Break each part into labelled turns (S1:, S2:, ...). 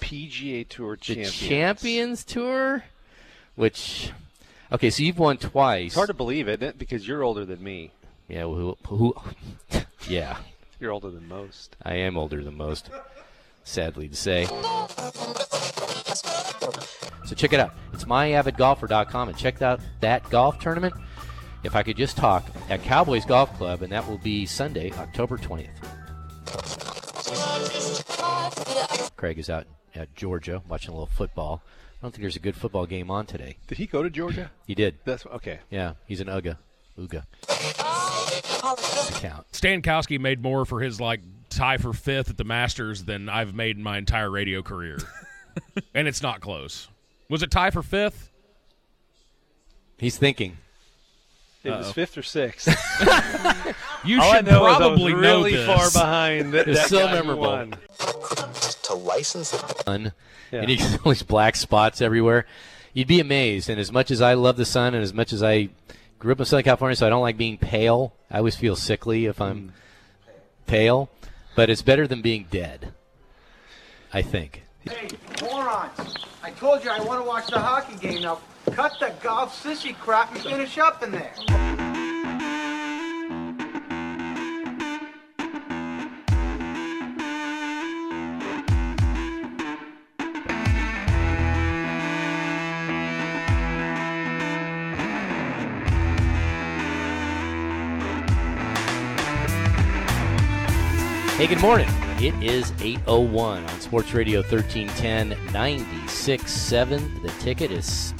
S1: PGA Tour
S2: The
S1: champions.
S2: Champions Tour, which, okay, so you've won twice.
S1: It's hard to believe, isn't it? Because you're older than me.
S2: yeah, who, who, yeah,
S1: You're older than most.
S2: I am older than most, sadly to say. So check it out. It's myavidgolfer.com and check out that golf tournament. If I could just talk at Cowboys Golf Club, and that will be Sunday, October 20th. Craig is out at Georgia watching a little football. I don't think there's a good football game on today.
S1: Did he go to Georgia?
S2: He did.
S1: That's okay.
S2: Yeah, he's an Uga. Uga. Count.
S3: Stankowski made more for his like tie for fifth at the Masters than I've made in my entire radio career, and it's not close. Was it tie for fifth?
S2: He's thinking.
S1: It was fifth or sixth.
S3: You
S1: All I
S3: should
S1: know is I was
S3: probably know
S1: really
S3: this.
S1: far behind. That,
S2: It's
S1: that
S2: so
S1: guy who
S2: memorable.
S1: won.
S4: to license it.
S2: sun,
S1: Yeah.
S2: and you get all these black spots everywhere. You'd be amazed. And as much as I love the sun, and as much as I grew up in Southern California, so I don't like being pale. I always feel sickly if I'm pale, but it's better than being dead. I think.
S5: Hey, morons. I told you I want to watch the hockey game now. Cut the golf sissy crap and finish up in there.
S2: Hey, good morning. It is 801 on Sports Radio 1310 967. The ticket is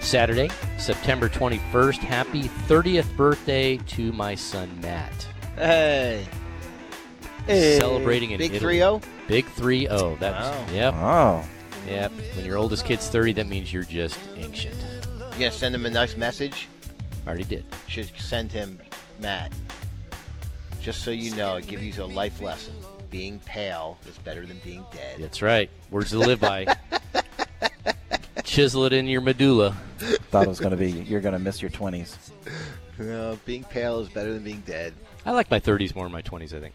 S2: Saturday, September 21st. Happy 30th birthday to my son Matt.
S6: Hey.
S2: Celebrating in
S6: Big
S2: Italy.
S6: 3 0.
S2: Big 3 0. That's
S6: Wow.
S2: yep.
S7: Oh.
S2: Yep. When your oldest kid's 30, that means you're just ancient.
S6: You going to send him a nice message?
S2: Already did.
S6: Should send him, Matt. Just so you know, I give you a life lesson. Being pale is better than being dead.
S2: That's right. Words to live by. Chisel it in your medulla.
S7: Thought it was going to be, you're going to miss your 20s.
S6: No, being pale is better than being dead.
S2: I like my 30s more than my 20s, I think.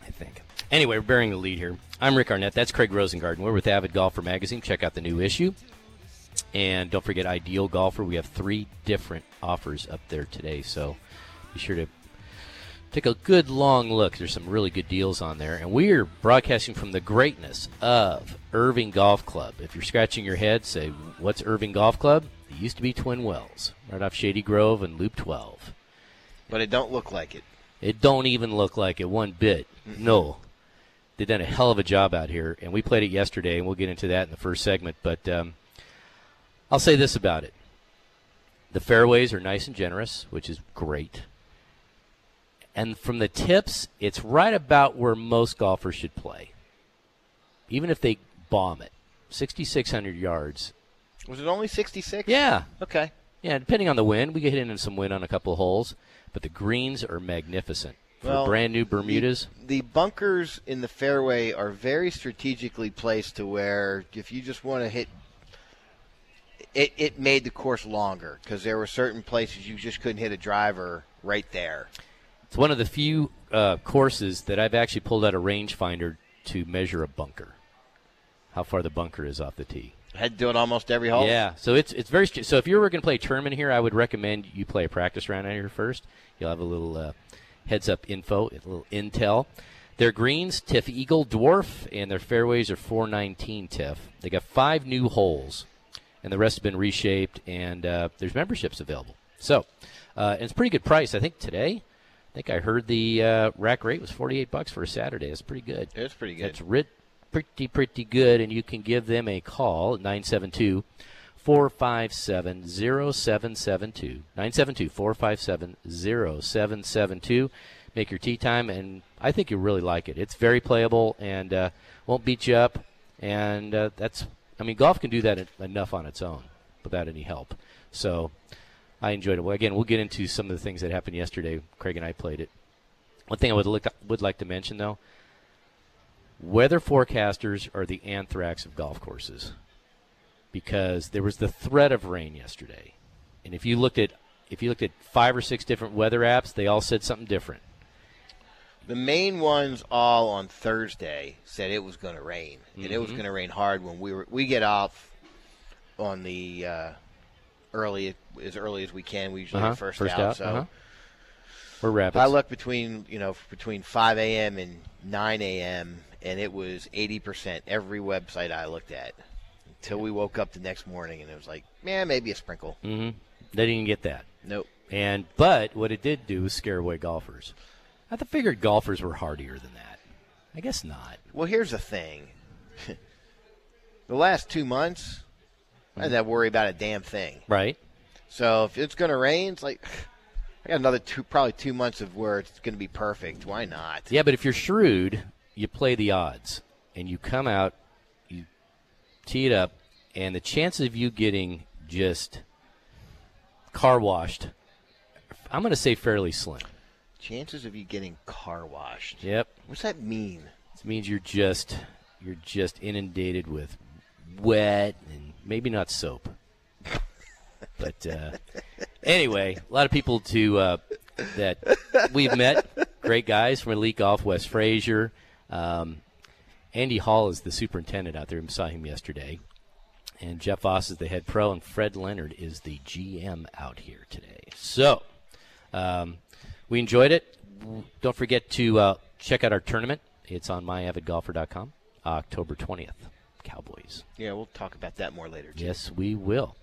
S2: I think. Anyway, we're bearing the lead here. I'm Rick Arnett. That's Craig Rosengarten. We're with Avid Golfer Magazine. Check out the new issue. And don't forget Ideal Golfer. We have three different offers up there today. So be sure to take a good long look. There's some really good deals on there. And we're broadcasting from the greatness of Irving Golf Club. If you're scratching your head, say, What's Irving Golf Club? It used to be Twin Wells, right off Shady Grove and Loop 12.
S6: But it don't look like it.
S2: It don't even look like it one bit. No. They've done a hell of a job out here, and we played it yesterday, and we'll get into that in the first segment. But um, I'll say this about it: the fairways are nice and generous, which is great. And from the tips, it's right about where most golfers should play, even if they bomb it. 6,600 yards.
S6: Was it only 66?
S2: Yeah,
S6: Okay.
S2: yeah. Depending on the wind, we get hit into some wind on a couple holes, but the greens are magnificent. For
S6: Well,
S2: brand new Bermudas,
S6: The, the bunkers in the fairway are very strategically placed to where if you just want to hit it, it made the course longer because there were certain places you just couldn't hit a driver right there.
S2: It's one of the few uh, courses that I've actually pulled out a rangefinder to measure a bunker, how far the bunker is off the tee.
S6: had to do it almost every hole.
S2: Yeah, so it's it's very st- so. If you were going to play a tournament here, I would recommend you play a practice round out here first. You'll have a little uh, heads up info, a little intel. Their greens Tiff Eagle Dwarf, and their fairways are 419 Tiff. They got five new holes, and the rest have been reshaped. And uh, there's memberships available. So uh, and it's a pretty good price. I think today, I think I heard the uh, rack rate was 48 bucks for a Saturday. That's pretty good.
S6: It's pretty good.
S2: That's writ pretty, pretty good. And you can give them a call at 972 457 0772. 972 457 0772. Make your tea time, and I think you'll really like it. It's very playable and uh, won't beat you up. And uh, that's, I mean, golf can do that en- enough on its own without any help. So I enjoyed it. Well, again, we'll get into some of the things that happened yesterday. Craig and I played it. One thing I would, look, would like to mention, though, weather forecasters are the anthrax of golf courses because there was the threat of rain yesterday and if you looked at if you looked at five or six different weather apps they all said something different
S6: The main ones all on Thursday said it was going to rain, and it was going to rain hard when we were we get off on the uh, early as early as we can. We usually
S2: Uh-huh.
S6: are first, out, so
S2: uh-huh. We're rapids.
S6: I looked between you know between 5 a.m. and 9 a.m. and it was 80 percent every website I looked at until we woke up the next morning and it was like man maybe a sprinkle.
S2: They didn't get that.
S6: Nope.
S2: And but what it did do was scare away golfers. I th- figured golfers were hardier than that. I guess not.
S6: Well, here's the thing. the last two months, I didn't have to worry about a damn thing.
S2: Right?
S6: So if it's going to rain, it's like I got another two, probably two months of where it's going to be perfect. Why not?
S2: Yeah, but if you're shrewd, you play the odds and you come out, you tee it up, and the chances of you getting just car washed, I'm going to say fairly slim.
S6: Chances of you getting car washed.
S2: Yep.
S6: What's that mean?
S2: It means you're just you're just inundated with wet and maybe not soap. But uh, anyway, a lot of people to uh, that we've met, great guys from Elite Golf, Wes Frazier. Um, Andy Hall is the superintendent out there. We saw him yesterday. And Jeff Voss is the head pro, and Fred Leonard is the GM out here today. So um, we enjoyed it. W- Don't forget to uh, check out our tournament. It's on myavidgolfer.com, October 20th. Cowboys.
S6: Yeah, we'll talk about that more later. Jim.
S2: Yes, we will.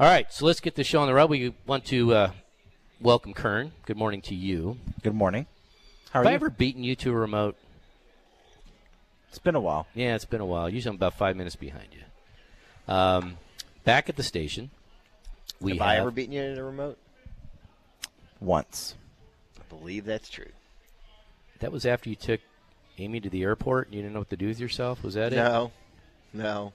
S2: All right, so let's get the show on the road. We want to uh, welcome Kern. Good morning to you.
S7: Good morning. How are
S2: Have I
S7: you?
S2: ever beaten you to a remote?
S7: It's been a while.
S2: Yeah, it's been a while. Usually I'm about five minutes behind you. Um, back at the station, we
S6: Have
S2: have
S6: I ever beaten you in a remote?
S7: Once.
S6: I believe that's true.
S2: that was after you took Amy to the airport and you didn't know what to do with yourself. Was that it?
S6: No, no.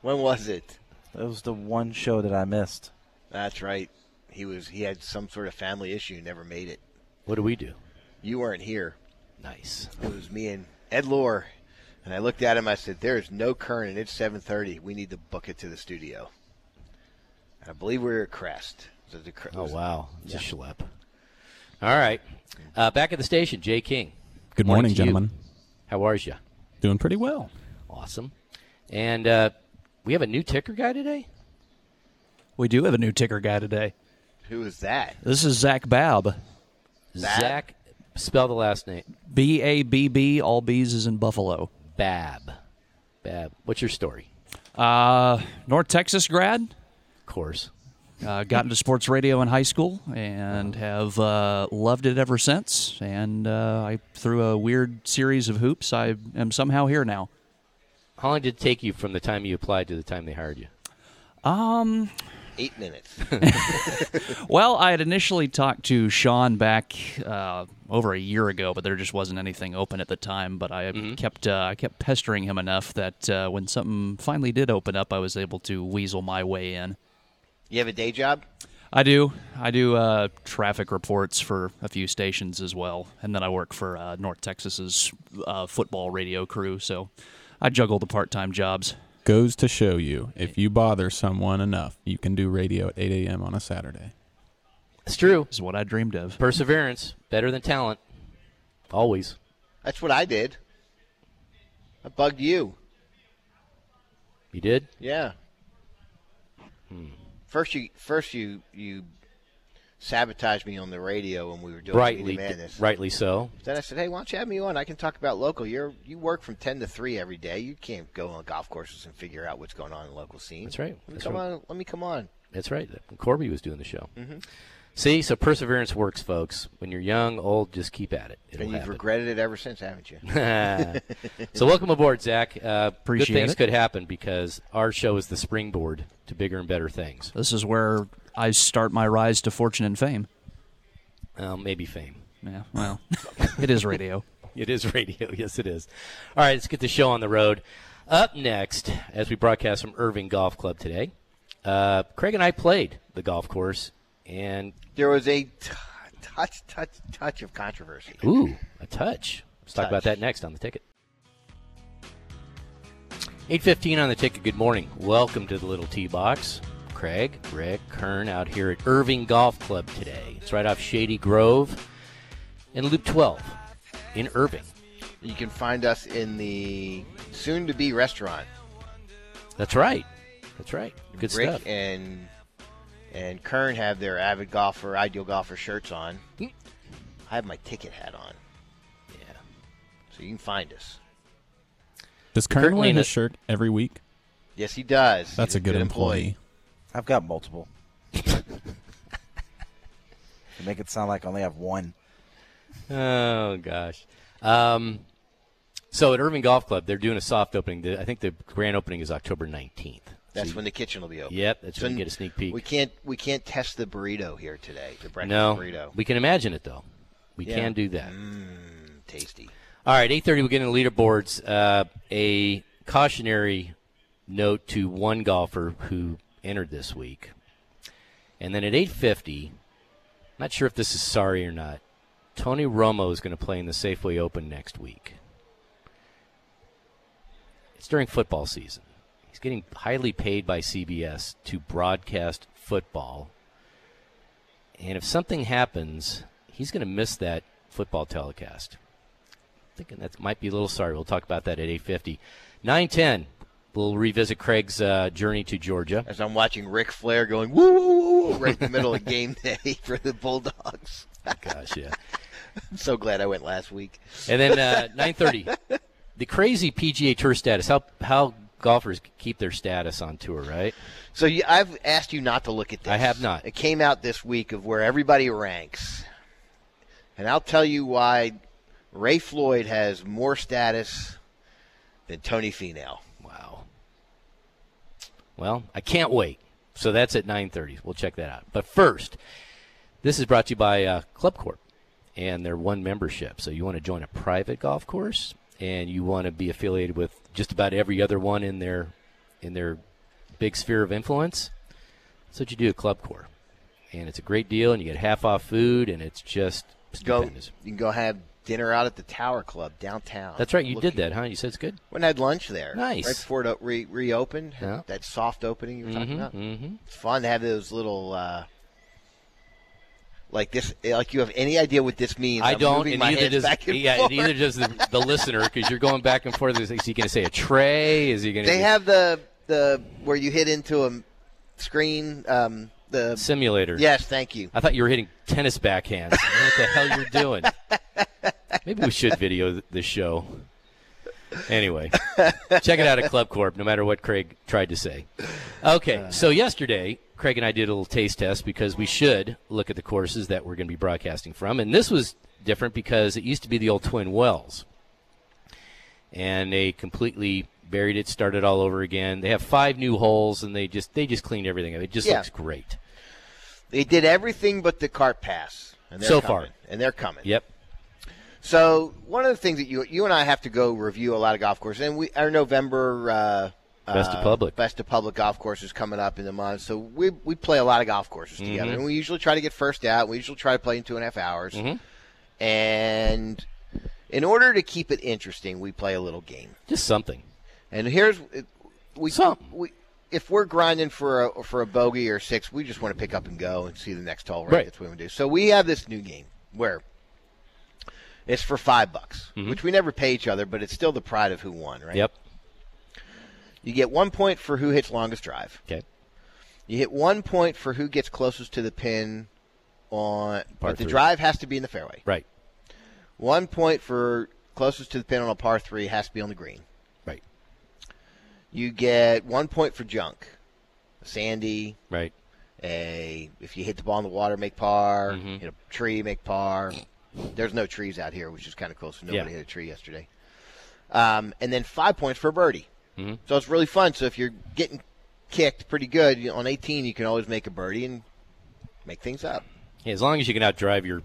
S6: When was it?
S7: That was the one show that I missed.
S6: That's right. He was. He had some sort of family issue. Never made it.
S2: What do we do?
S6: You weren't here.
S2: Nice.
S6: It was me and Ed Lore, and I looked at him. I said, "There is no current, and it's 7:30. We need to book it to the studio." And I believe we were at Crest. So the Cre-
S2: Oh wow, it's a schlep. All right, uh, back at the station, Jay King.
S8: Good morning,
S2: to you.
S8: gentlemen.
S2: How are you?
S8: Doing pretty well.
S2: Awesome. And uh, we have a new ticker guy today.
S8: We do have a new ticker guy today.
S6: Who is that?
S8: This is Zach Babb.
S6: Bab?
S2: Zach, spell the last name.
S8: B A B B, all B's is in Buffalo.
S2: Bab. Bab. What's your story?
S8: Uh, North Texas grad.
S2: Of course.
S8: Uh, got into sports radio in high school and have uh, loved it ever since. And uh, I, through a weird series of hoops, I am somehow here now.
S2: How long did it take you from the time you applied to the time they hired you?
S6: Eight minutes.
S8: Well, I had initially talked to Sean back uh, over a year ago, but there just wasn't anything open at the time. But I kept uh, I kept pestering him enough that uh, when something finally did open up, I was able to weasel my way in.
S6: you have a day job?
S8: I do. I do uh, traffic reports for a few stations as well, and then I work for uh, North Texas's uh, football radio crew. So I juggle the part-time jobs.
S3: Goes to show you, if you bother someone enough, you can do radio at 8 a.m. on a Saturday.
S2: It's true.
S8: Is what I dreamed of.
S2: Perseverance better than talent. Always.
S6: That's what I did. I bugged you.
S2: You did.
S6: Yeah.
S2: Hmm.
S6: First you, first you, you sabotaged me on the radio when we were doing
S2: Rightly.
S6: Media Madness.
S2: Rightly so.
S6: Then I said, "Hey, why don't you have me on? I can talk about local. You're you work from ten to three every day. You can't go on golf courses and figure out what's going on in the local scene.
S2: That's right.
S6: Let me
S2: That's
S6: come
S2: right.
S6: on. Let me come on.
S2: That's right. Corby was doing the show.
S6: Mm-hmm.
S2: See, so perseverance works, folks. When you're young, old, just keep at it. It'll
S6: and you've
S2: happen.
S6: regretted it ever since, haven't you?
S2: so welcome aboard, Zach. Uh,
S8: Appreciate
S2: good things
S8: it.
S2: could happen because our show is the springboard to bigger and better things.
S8: This is where I start my rise to fortune and fame.
S2: Um, maybe fame.
S8: Yeah. Well, it is radio.
S2: It is radio. Yes, it is. All right, let's get the show on the road. Up next, as we broadcast from Irving Golf Club today, uh, Craig and I played the golf course, and
S6: there was a t- touch, touch, touch of controversy.
S2: Ooh, a touch. Let's talk about
S6: Touch.
S2: that next on the ticket. 815 on the ticket. Good morning. Welcome to the Little T Box. Craig, Rick, Kern out here at Irving Golf Club today. It's right off Shady Grove and Loop 12. in Irving.
S6: You can find us in the soon to be restaurant.
S2: That's right. That's right. Good
S6: Rick
S2: stuff.
S6: and and Kern have their avid golfer, ideal golfer shirts on.
S2: Mm.
S6: I have my ticket hat on. Yeah. So you can find us.
S9: Does Kern
S2: Currently
S9: wear
S2: in
S9: his
S2: a-
S9: shirt every week?
S6: Yes, he does.
S9: That's
S6: He's
S9: a good, employee.
S7: I've got multiple. to make it sound like I only have one.
S2: Oh gosh. Um, so at Irving Golf Club, they're doing a soft opening. The- I think the grand opening is October nineteenth.
S6: That's when the kitchen will be open.
S2: Yep, that's when you
S6: n-
S2: get a sneak peek.
S6: We can't we can't test the burrito here today. The breakfast
S2: no,
S6: burrito.
S2: we can imagine it though. We
S6: Yeah.
S2: can do that.
S6: Mmm, tasty.
S2: All right, eight thirty. We get into leaderboards. Uh, a cautionary note to one golfer who entered this week, and then at eight fifty, not sure if this is sorry or not. Tony Romo is going to play in the Safeway Open next week. It's during football season. He's getting highly paid by CBS to broadcast football. And if something happens, he's going to miss that football telecast thinking that might be a little sorry. We'll talk about that at 8:50, 9:10. We'll revisit Craig's uh, journey to Georgia.
S6: As I'm watching Ric Flair going woo woo woo woo right in the middle of game day for the Bulldogs.
S2: Gosh, yeah.
S6: I'm so glad I went last week.
S2: And then uh, 9:30, the crazy PGA Tour status. How how golfers keep their status on tour, right?
S6: So you, I've asked you not to look at this.
S2: I have not.
S6: It came out this week of where everybody ranks, and I'll tell you why Ray Floyd has more status than Tony Finau.
S2: Wow. Well, I can't wait. So that's at 9:30. We'll check that out. But first, this is brought to you by uh, Club Corp and their one membership. So you want to join a private golf course and you want to be affiliated with just about every other one in their in their big sphere of influence. That's what you do at Club Corp. And it's a great deal and you get half off food and it's just
S6: Go,
S2: stupendous.
S6: you can go have dinner out at the Tower Club downtown.
S2: That's right. You
S6: Look-
S2: did that, huh? You said it's good.
S6: Went and had lunch there.
S2: Nice.
S6: Right before it re- reopened.
S2: Yeah.
S6: That soft opening you were talking about.
S2: Mm-hmm.
S6: It's fun to have those little. Uh, like this, like you have any idea what this means?
S2: I
S6: I'm
S2: don't,
S6: moving
S2: and
S6: my
S2: neither
S6: hands
S2: does
S6: back and
S2: yeah,
S6: forth.
S2: and neither does the, the listener because you're going back and forth. Is he going to say a tray? Is he going to
S6: They have the the where you hit into a screen. Um, the
S2: simulator?
S6: yes, thank you.
S2: I thought you were hitting tennis backhands. I don't know what the hell you're doing? Maybe we should video th- this show. Anyway, check it out at Club Corp. No matter what Craig tried to say. Okay, so yesterday Craig and I did a little taste test because we should look at the courses that we're going to be broadcasting from, and this was different because it used to be the old Twin Wells, and they completely buried it, started all over again. They have five new holes, and they just they just cleaned everything up. It just
S6: Yeah.
S2: looks great.
S6: They did everything but the cart pass. And they're
S2: So
S6: coming,
S2: far.
S6: and they're coming.
S2: Yep.
S6: So one of the things that you you and I have to go review a lot of golf courses, and we our November uh,
S2: Best of
S6: uh,
S2: public.
S6: best of public golf courses coming up in the month. So we we play a lot of golf courses
S2: Mm-hmm.
S6: together, and we usually try to get first out. We usually try to play in two and a half hours,
S2: Mm-hmm.
S6: and in order to keep it interesting, we play a little game.
S2: Just something.
S6: And here's we,
S2: Some.
S6: we if we're grinding for a for a bogey or six, we just want to pick up and go and see the next hole. Right,
S2: Right.
S6: that's what we do. So we have this new game where it's for five bucks, which we never pay each other, but it's still the pride of who won. Right.
S2: Mm-hmm. Yep.
S6: You get one point for who hits longest drive.
S2: Okay.
S6: You hit one point for who gets closest to the pin. On
S2: Par
S6: but the
S2: three.
S6: drive has to be in the fairway.
S2: Right.
S6: One point for closest to the pin on a par three has to be on the green.
S2: Right.
S6: You get one point for junk, sandy,
S2: Right.
S6: a if you hit the ball in the water, make par. Hit a tree, make par. There's no trees out here, which is kind of cool. So nobody
S2: Yeah.
S6: hit a tree yesterday. Um, and then five points for a birdie. So it's really fun. So if you're getting kicked pretty good you know, on 18, you can always make a birdie and make things up.
S2: Yeah, as long as you can outdrive your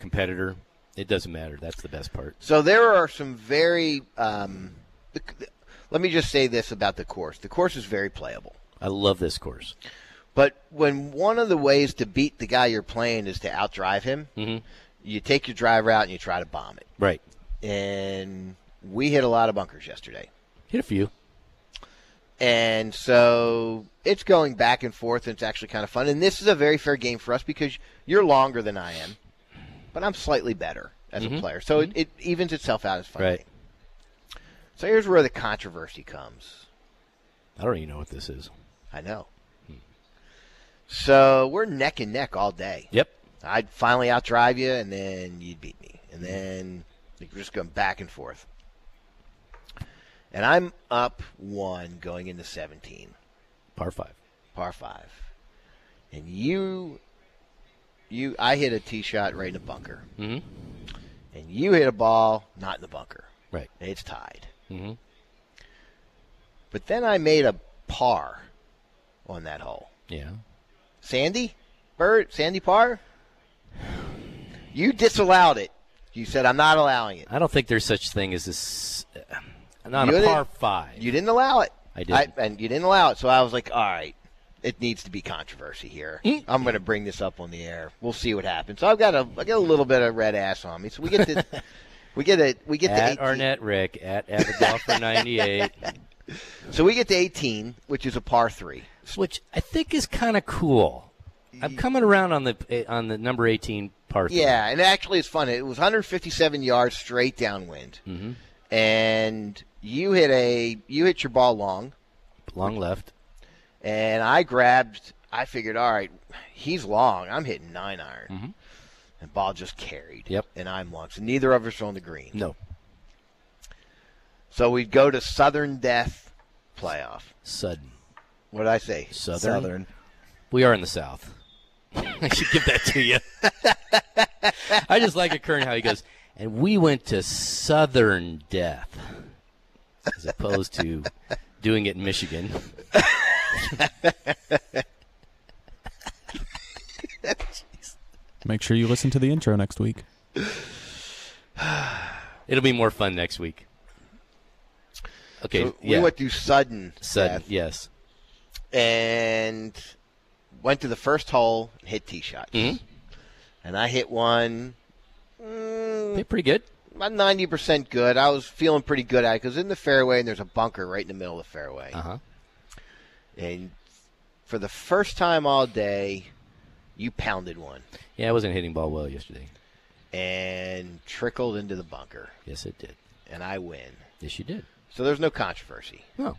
S2: competitor, it doesn't matter. That's the best part.
S6: So there are some very. Um, the, the- let me just say this about the course. The course is very playable.
S2: I love this course.
S6: But when one of the ways to beat the guy you're playing is to outdrive him, you take your driver out and you try to bomb it.
S2: Right.
S6: And we hit a lot of bunkers yesterday.
S2: Hit a few.
S6: And so it's going back and forth, and it's actually kind of fun. And this is a very fair game for us because you're longer than I am, but I'm slightly better. as a player. So it, it evens itself out as fine.
S2: Right.
S6: So here's where the controversy comes.
S2: I don't even know what this is.
S6: I know. So we're neck and neck all day.
S2: Yep.
S6: I'd finally outdrive you, and then you'd beat me, and then you're just going back and forth. And I'm up one going into 17,
S2: Par five.
S6: par five, and you, you, I hit a tee shot right in the bunker,
S2: Mhm.
S6: and you hit a ball not in the bunker.
S2: Right.
S6: And it's tied.
S2: hmm
S6: But then I made a par on that hole.
S2: Yeah.
S6: Sandy? Bird? Sandy Parr? You disallowed it. You said, I'm not allowing it.
S2: I don't think there's such thing as this. uh, Not
S6: You
S2: a
S6: didn't-
S2: par five.
S6: You didn't allow it.
S2: I didn't.
S6: and you didn't allow it. So I was like, all right, it needs to be controversy here.
S2: Mm.
S6: I'm going to bring this up on the air. We'll see what happens. So I've got a, I got a little bit of red ass on me. So we get to, we get a, we get to
S2: at
S6: 18.
S2: Arnett Rick at Abadolfer 98,
S6: So we get to 18, which is a par three.
S2: which I think is kind of cool. I'm coming around on the eh, on the number 18 par. three.
S6: Yeah, and actually, it's fun. It was 157 yards straight downwind, mm-hmm. and you hit a you hit your ball long,
S2: Long left.
S6: and I grabbed. I figured, all right, he's long. I'm hitting nine iron, and ball just carried.
S2: Mm-hmm. Yep.
S6: and I'm long. So neither of us are on the green.
S2: No.
S6: So we'd go to Southern Death playoff.
S2: Sudden.
S6: What did I say?
S2: Southern.
S7: Southern.
S2: We are in the South. I should give that to you. I just like it, Kern, how he goes, and we went to Southern Death as opposed to doing it in Michigan.
S9: Make sure you listen to the intro next week.
S2: It'll be more fun next week. Okay.
S6: So we
S2: yeah.
S6: went to Sudden
S2: Sudden.
S6: Death
S2: Yes.
S6: and went to the first hole and hit tee shots,
S2: Mm-hmm.
S6: and I hit one.
S2: Okay, pretty good.
S6: about ninety percent good. I was feeling pretty good at it because in the fairway and there's a bunker right in the middle of the fairway.
S2: Uh huh.
S6: And for the first time all day, you pounded one
S2: Yeah, I wasn't hitting ball well yesterday.
S6: and trickled into the bunker,
S2: Yes, it did.
S6: and I win.
S2: Yes, you did.
S6: So there's no controversy,
S2: Oh,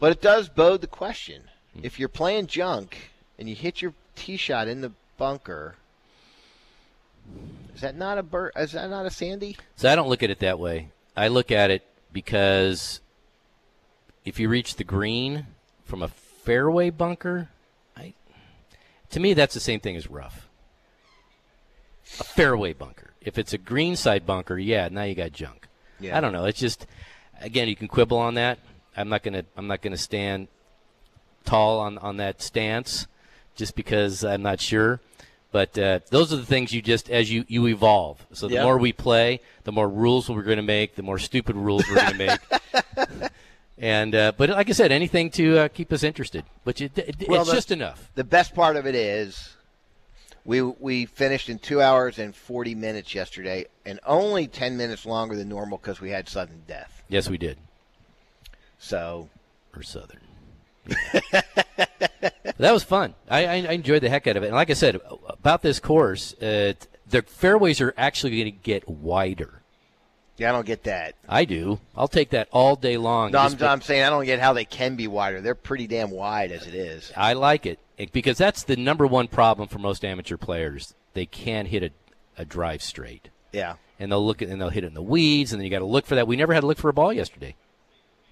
S6: but it does bode the question: if you're playing junk and you hit your tee shot in the bunker. Is that not a bird? Is that not a sandy?
S2: so I don't look at it that way. I look at it because if you reach the green from a fairway bunker, I, to me that's the same thing as rough. A fairway bunker. If it's a green side bunker, yeah, now you got junk.
S6: Yeah.
S2: I don't know. It's just again, you can quibble on that. I'm not gonna I'm not gonna stand tall on on that stance just because I'm not sure. But uh, those are the things you just as you you evolve. So the
S6: Yeah.
S2: more we play, the more rules we're going to make, the more stupid rules we're going to make. And uh, but like I said, anything to uh, keep us interested. But it, it,
S6: Well,
S2: it's
S6: the-
S2: just enough.
S6: The best part of it is we we finished in two hours and forty minutes yesterday, and only ten minutes longer than normal because we had sudden death.
S2: Yes, we did.
S6: So
S2: or Southern. But that was fun. I, I, I enjoyed the heck out of it. And like I said about this course, uh, the fairways are actually going to get wider.
S6: yeah, I don't get that.
S2: I do. I'll take that all day long.
S6: No, I'm,
S2: Just-
S6: I'm saying I don't get how they can be wider. They're pretty damn wide as it is.
S2: I like it It- because that's the number one problem for most amateur players. They can't hit a, a drive straight,
S6: Yeah.
S2: and they'll look at and they'll hit it in the weeds, and then you got to look for that. We never had to look for a ball yesterday.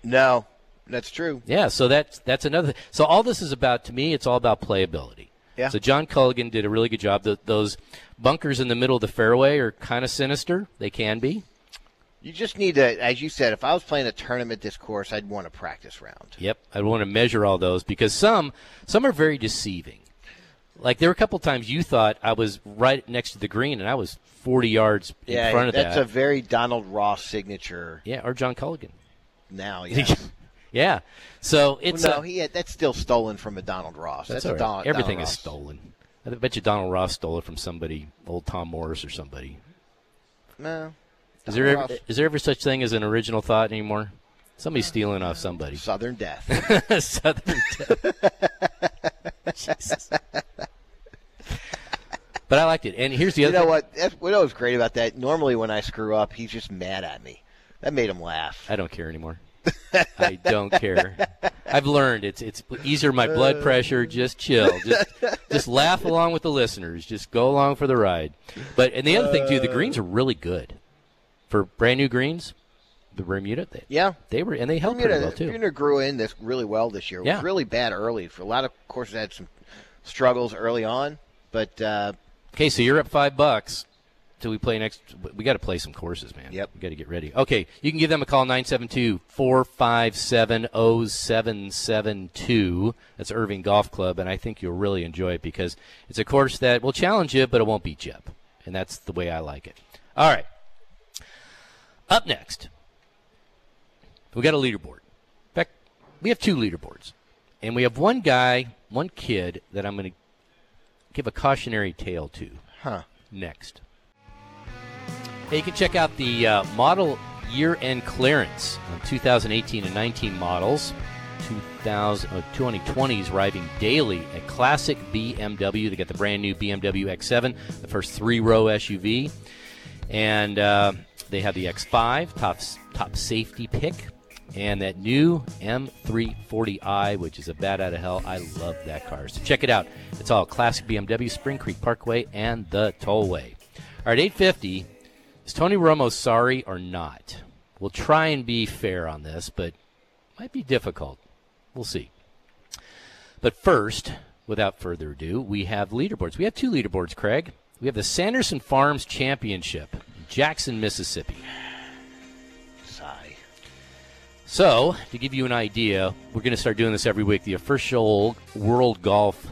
S6: No, that's true.
S2: Yeah, so that's that's another. So all this is about to me, it's all about playability.
S6: Yeah.
S2: So John Culligan did a really good job. Th those bunkers in the middle of the fairway are kind of sinister. They can be.
S6: You just need to, as you said, if I was playing a tournament this course, I'd want a practice round.
S2: Yep. I want to measure all those because some some are very deceiving. Like there were a couple times you thought I was right next to the green and I was 40 yards in
S6: yeah,
S2: front of
S6: that's
S2: that.
S6: a very Donald Ross signature
S2: yeah, or John Culligan.
S6: now. Yes.
S2: Yeah. So it's
S6: no,
S2: a,
S6: he had, that's still stolen from a Donald Ross. That's,
S2: That's all
S6: a
S2: right.
S6: Don,
S2: Everything
S6: Donald
S2: is
S6: Ross.
S2: stolen. I bet you Donald Ross stole it from somebody, old Tom Morris or somebody.
S6: No.
S2: Is there
S6: Ross.
S2: ever, is there ever such thing as an original thought anymore? Somebody's stealing off somebody.
S6: Southern Death.
S2: Southern. Jesus. But I liked it. And here's the
S6: You
S2: other
S6: know
S2: thing.
S6: what? That's, what was great about that. Normally, when I screw up, he's just mad at me. That made him laugh.
S2: I don't care anymore. I don't care. I've learned it's it's easier. My
S6: Uh.
S2: blood pressure. Just chill. Just just laugh along with the listeners. Just go along for the ride. But and the other thing too,
S6: Uh.
S2: the greens are really good for brand new greens. The Bermuda, they,
S6: Yeah.
S2: they were and they held pretty
S6: Bermuda,
S2: well too.
S6: Bermuda grew in this really well this year. It
S2: Yeah.
S6: was really bad early. For a lot of courses, had some struggles early on, but uh,
S2: Okay, so you're up five bucks. Till we play next, we got to play some courses, man.
S6: Yep.
S2: We got to get ready. Okay, you can give them a call 972-457-0772. That's Irving Golf Club, and I think you'll really enjoy it because it's a course that will challenge you, but it won't beat you up, and that's the way I like it. All right. Up next, we got a leaderboard. In fact, we have two leaderboards, and we have one guy, one kid that I'm going to give a cautionary tale to
S6: huh?
S2: next. Hey, you can check out the uh, model year end clearance on 2018 and 19 models. 2000, uh, 2020 is arriving daily at Classic BMW. They got the brand new BMW X7, the first three row SUV. And uh, they have the X5, top, top safety pick, and that new M340i, which is a bat out of hell. I love that car. So check it out. It's all Classic BMW, Spring Creek Parkway, and the Tollway. All right, 850. Is Tony Romo sorry or not? We'll try and be fair on this, but might be difficult. We'll see. But first, without further ado, we have leaderboards. We have two leaderboards, Craig. We have the Sanderson Farms Championship, Jackson, Mississippi.
S6: Sigh.
S2: So, to give you an idea, we're going to start doing this every week the official world golf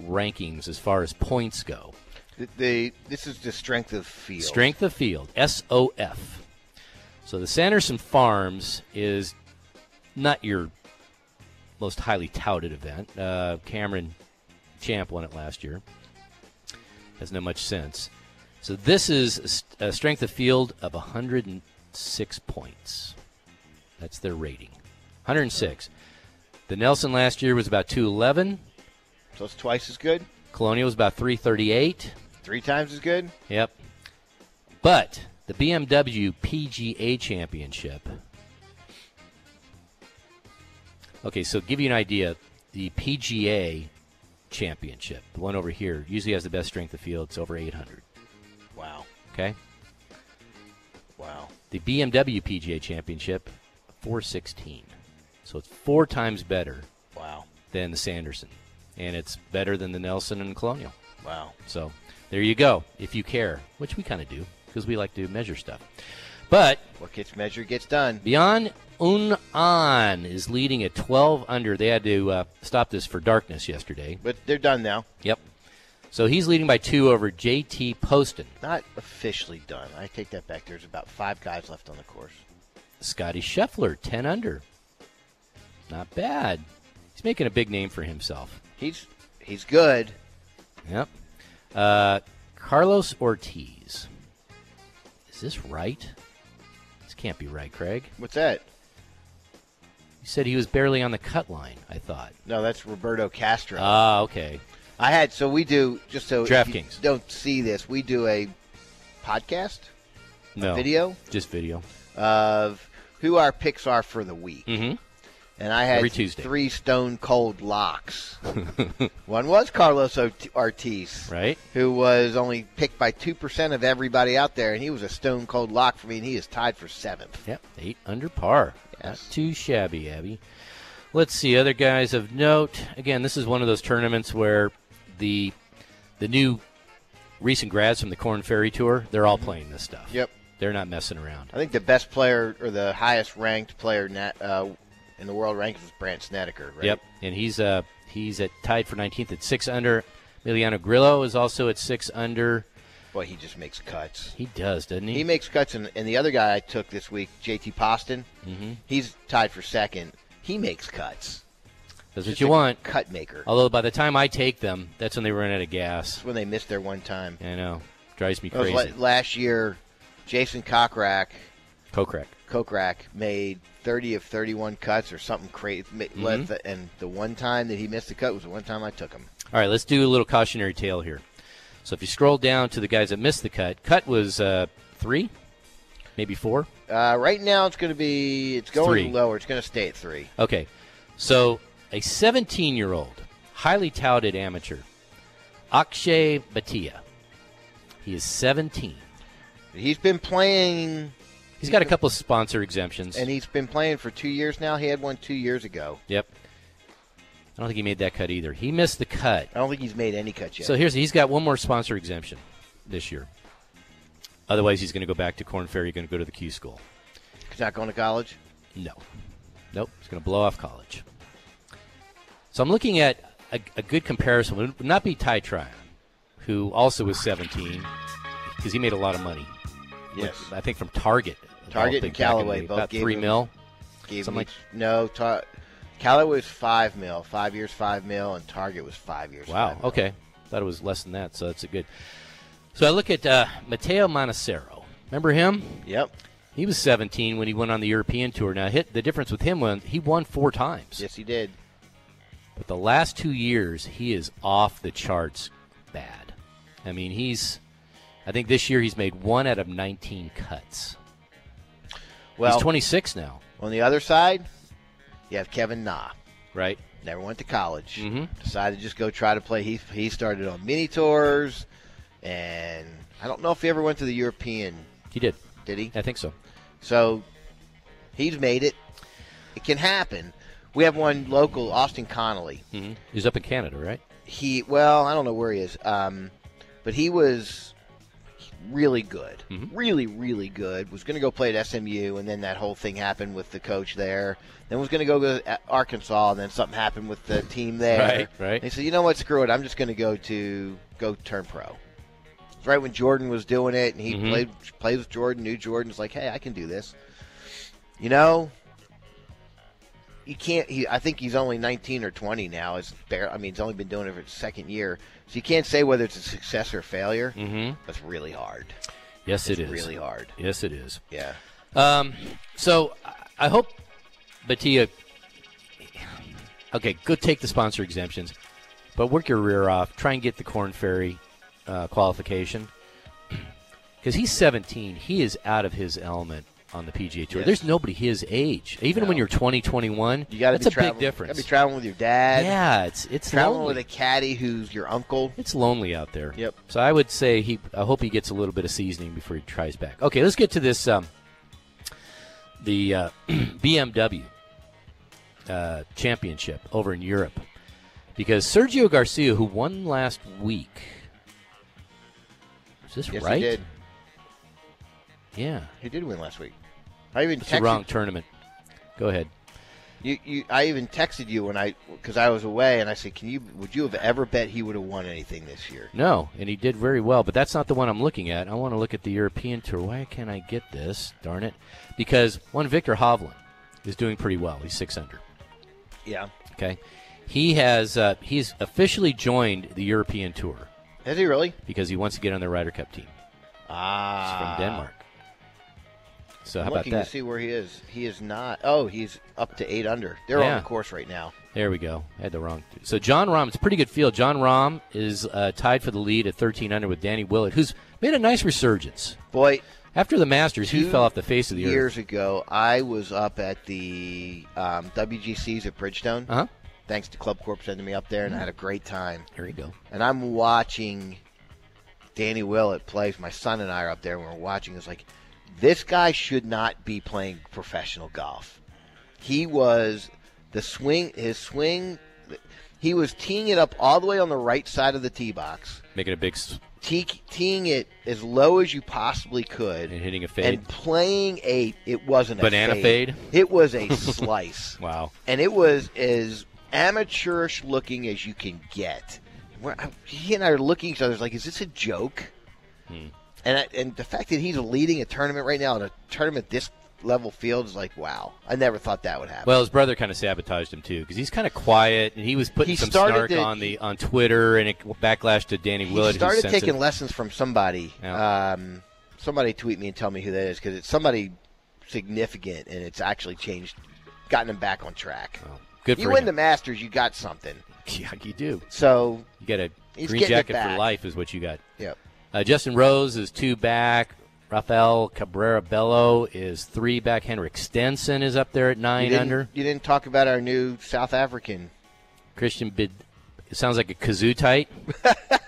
S2: rankings as far as points go.
S6: The, the this is the strength of field.
S2: Strength of field, SOF. So the Sanderson Farms is not your most highly touted event. Uh, Cameron Champ won it last year. Has no much sense. So this is a st- a strength of field of 106 points. That's their rating. 106. The Nelson last year was about 211.
S6: So it's twice as good,
S2: Colonial was about 338.
S6: three times as good.
S2: Yep. But the BMW PGA Championship. Okay, so give you an idea, the PGA Championship, the one over here, usually has the best strength of field. It's over 800.
S6: Wow,
S2: Okay,
S6: wow.
S2: the BMW PGA Championship, 416. So it's four times better
S6: Wow.
S2: than the Sanderson, and it's better than the Nelson and Colonial.
S6: Wow.
S2: So there you go. If you care, which we kind of do because we like to measure stuff. But
S6: What gets measured gets done.
S2: Beyond Unan is leading at 12 under. They had to uh, stop this for darkness yesterday.
S6: But they're done now.
S2: Yep. So he's leading by two over JT Poston.
S6: Not officially done. I take that back. There's about five guys left on the course.
S2: Scotty Scheffler, 10 under. Not bad. He's making a big name for himself.
S6: He's he's good.
S2: Yep. Uh, Carlos Ortiz. Is this right? This can't be right, Craig.
S6: What's that?
S2: You said he was barely on the cut line, I thought.
S6: No, that's Roberto Castro.
S2: Ah, okay.
S6: I had so we do just so if you
S2: DraftKings.
S6: don't see this. We do a podcast
S2: No.
S6: video
S2: Just video.
S6: of who our picks are for the week,
S2: Mm hmm.
S6: and I had
S2: Every Tuesday.
S6: three stone cold locks. One was Carlos Ort- Ortiz,
S2: Right?
S6: who was only picked by two percent of everybody out there, and he was a stone cold lock for me, and he is tied for seventh.
S2: Yep, eight under par.
S6: Yes.
S2: Not too shabby, Abby. Let's see other guys of note. Again, this is one of those tournaments where the the new recent grads from the Corn Ferry Tour they're all playing this stuff.
S6: Mm-hmm. Yep.
S2: they're not messing around.
S6: I think the best player or the highest ranked player na uh, in the world rankings was Brant Snedeker, right?
S2: Yep, and he's uh he's at tied for 19th at six under. Emiliano Grillo is also at six under.
S6: Boy, he just makes cuts.
S2: He does, doesn't he?
S6: He makes cuts, and, and the other guy I took this week, JT Poston,
S2: Mm-hmm.
S6: he's tied for second. He makes cuts.
S2: That's what
S6: Just
S2: you
S6: a
S2: want. Oh.
S6: Cut maker.
S2: Although by the time I take them, that's when they run out of gas.
S6: That's when they missed their one time.
S2: I know, drives me
S6: That was
S2: crazy.
S6: la- last year, Jason Kokrak,
S2: Kokrak.
S6: Kokrak made 30 of 31 cuts or something crazy.
S2: Mm-hmm.
S6: and the one time that he missed the cut was the one time I took him.
S2: All right, let's do a little cautionary tale here. So if you scroll down to the guys that missed the cut, cut was uh, three, maybe four.
S6: Uh, right now, it's going to be it's going
S2: Three.
S6: lower. It's going to stay at three.
S2: Okay, so a 17 year old, highly touted amateur, Akshay Bhatia. He is 17.
S6: He's been playing,
S2: He's got a couple sponsor exemptions.
S6: and he's been playing for two years now. He had one two years ago.
S2: yep. I don't think he made that cut either. He missed the cut.
S6: I don't think he's made any cuts yet.
S2: So here's he's got one more sponsor exemption this year. Otherwise, he's going to go back to Corn Ferry. Going to go to the Q School.
S6: he's not going to college.
S2: No. Nope. It's going to blow off college. So I'm looking at a, a good comparison. Would not be Ty Tryon, who also was 17, because he made a lot of money.
S6: Yes,
S2: I think from Target. of all
S6: Target and
S2: things back in the
S6: Callaway
S2: day,
S6: both
S2: about
S6: gave
S2: three
S6: him-
S2: mil.
S6: Gave
S2: something
S6: me-
S2: like-
S6: no. Ta- Callaway was five mil, five years, five mil, and Target was five years.
S2: Wow.
S6: five mil.
S2: Okay. Thought it was less than that, so that's a good. So I look at uh, Mateo Montecero. Remember him?
S6: Yep.
S2: He was 17 when he went on the European tour. Now, hit the difference with him was he won four times.
S6: Yes, he did.
S2: But the last two years, he is off the charts bad. I mean, he's. I think this year he's made one out of 19 cuts.
S6: Well,
S2: he's 26 now,
S6: on the other side, you have Kevin Na.
S2: right?
S6: Never went to college.
S2: Mhm.
S6: Decided to just go try to play. He he started on mini tours, and I don't know if he ever went to the European.
S2: He did.
S6: Did he?
S2: I think so.
S6: So he's made it. It can happen. We have one local, Austin Connolly.
S2: Mm-hmm. He's up in Canada, right?
S6: He well, I don't know where he is, um, but he was really good,
S2: Mm-hmm.
S6: really really good. Was going to go play at SMU, and then that whole thing happened with the coach there. Then was going to go to uh, Arkansas, and then something happened with the team there.
S2: Right, right.
S6: And he said, you know what, screw it, I'm just going to go to go turn pro. It's Right when Jordan was doing it, and he
S2: Mhm.
S6: played played with Jordan, knew Jordan's like, hey, I can do this. You know, you can't. He, I think he's only 19 or 20 now. It's bare, I mean, he's only been doing it for his second year, so you can't say whether it's a success or failure.
S2: Mm-hmm.
S6: That's really hard.
S2: Yes,
S6: It's
S2: it is.
S6: really hard.
S2: Yes, it is.
S6: Yeah.
S2: Um, so I- I hope Batia. Okay, go take the sponsor exemptions, but work your rear off. Try and get the Corn Ferry uh, qualification because he's 17. He is out of his element on the PGA Tour.
S6: Yes.
S2: There's nobody his age. Even when you're 20, 21,
S6: You got to
S2: that's
S6: be
S2: a
S6: traveling.
S2: big difference.
S6: Got to be traveling with your dad.
S2: yeah, it's it's
S6: Traveling
S2: lonely.
S6: with a caddy who's your uncle.
S2: It's lonely out there.
S6: Yep.
S2: So I would say he. I hope he gets a little bit of seasoning before he tries back. Okay, let's get to this. Um, the uh, BMW uh, championship over in Europe, because Sergio Garcia, who won last week, is this
S6: Yes,
S2: right?
S6: he did.
S2: Yeah,
S6: He did win last week. I even
S2: it's
S6: texted
S2: the wrong tournament. Go ahead.
S6: you, you. I even texted you when I because I was away, and I said, "Can you? Would you have ever bet he would have won anything this year?"
S2: No, and he did very well, but that's not the one I'm looking at. I want to look at the European Tour. Why can't I get this? Darn it. Because one Victor Hovland is doing pretty well. He's 6 under.
S6: Yeah.
S2: Okay. He has uh, he's officially joined the European Tour
S6: Has he really?
S2: because he wants to get on the Ryder Cup team. He's
S6: Ah,
S2: from Denmark. So
S6: I'm
S2: how about
S6: looking
S2: that?
S6: to see where he is. He is not. Oh, he's up to eight under. They're on
S2: Yeah.
S6: the course right now.
S2: There we go. I had the wrong. So John Rahm, it's a pretty good field. John Rahm is uh, tied for the lead at 13 under with Danny Willett, who's made a nice resurgence.
S6: Boy,
S2: After the Masters, he
S6: Two
S2: fell off the face of the earth.
S6: years ago, I was up at the um, WGCs at Bridgestone.
S2: Uh huh.
S6: Thanks to Club Corp sending me up there, and I had a great time.
S2: There you go.
S6: and I'm watching Danny Willett play. My son and I are up there, and we're watching. It's like this guy should not be playing professional golf. He was the swing, his swing. He was teeing it up all the way on the right side of the tee box,
S2: Making a big s-
S6: tee, teeing it as low as you possibly could,
S2: and hitting a fade.
S6: and playing a. It wasn't
S2: Banana
S6: a
S2: fade?
S6: It was a slice
S2: wow.
S6: and it was as amateurish looking as you can get. We're, I, he and I are looking at each other it's like, is this a joke?
S2: Hmm.
S6: And I, and the fact that he's leading a tournament right now in a tournament this level field is like, wow, I never thought that would happen.
S2: Well, his brother kind of sabotaged him too because he's kind of quiet and he was putting
S6: He
S2: some
S6: started
S2: snark
S6: to-
S2: on the on Twitter and it backlash to Danny
S6: he
S2: Willett. who's
S6: started
S2: sensitive.
S6: taking lessons from somebody.
S2: Yeah.
S6: Um, somebody tweet me and tell me who that is because it's somebody significant and it's actually changed, gotten him back on track.
S2: Well, Oh, good
S6: you
S2: for
S6: win
S2: him.
S6: the Masters, you got something.
S2: Yeah, you do.
S6: So
S2: You got to
S6: He's
S2: Green
S6: getting it
S2: jacket for
S6: back.
S2: life is what you got.
S6: Yep.
S2: Uh, Justin Rose is two back. Rafael Cabrera Bello is three back. Henrik Stenson is up there at
S6: You
S2: nine
S6: didn't,
S2: under.
S6: you didn't talk about our new South African.
S2: Christian Bid it sounds like a kazoo tight.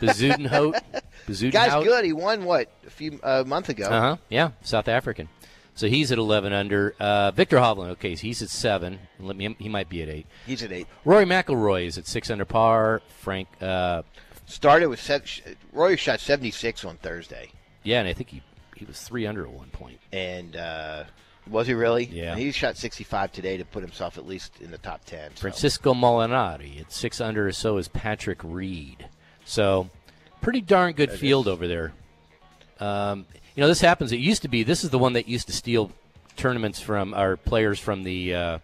S2: Bazudenhout. Bazudenhout.
S6: Guy's good. He won what a few a month ago.
S2: Uh huh. Yeah, South African. So he's at 11 under. Uh, Victor Hovland, okay, so he's at seven. Let me. He might be at eight.
S6: He's at eight.
S2: Rory McIlroy is at six under par. Frank. Uh,
S6: Started with set, Roy shot seventy six on Thursday,
S2: yeah, and I think he he was three under at one point.
S6: and uh, was he really?
S2: Yeah.
S6: He shot sixty five today to put himself at least in the top ten. so.
S2: Francisco Molinari at six under, or so is Patrick Reed. So, pretty darn good field over there. Um, you know, this happens. It used to be this is the one that used to steal tournaments from our players from the uh,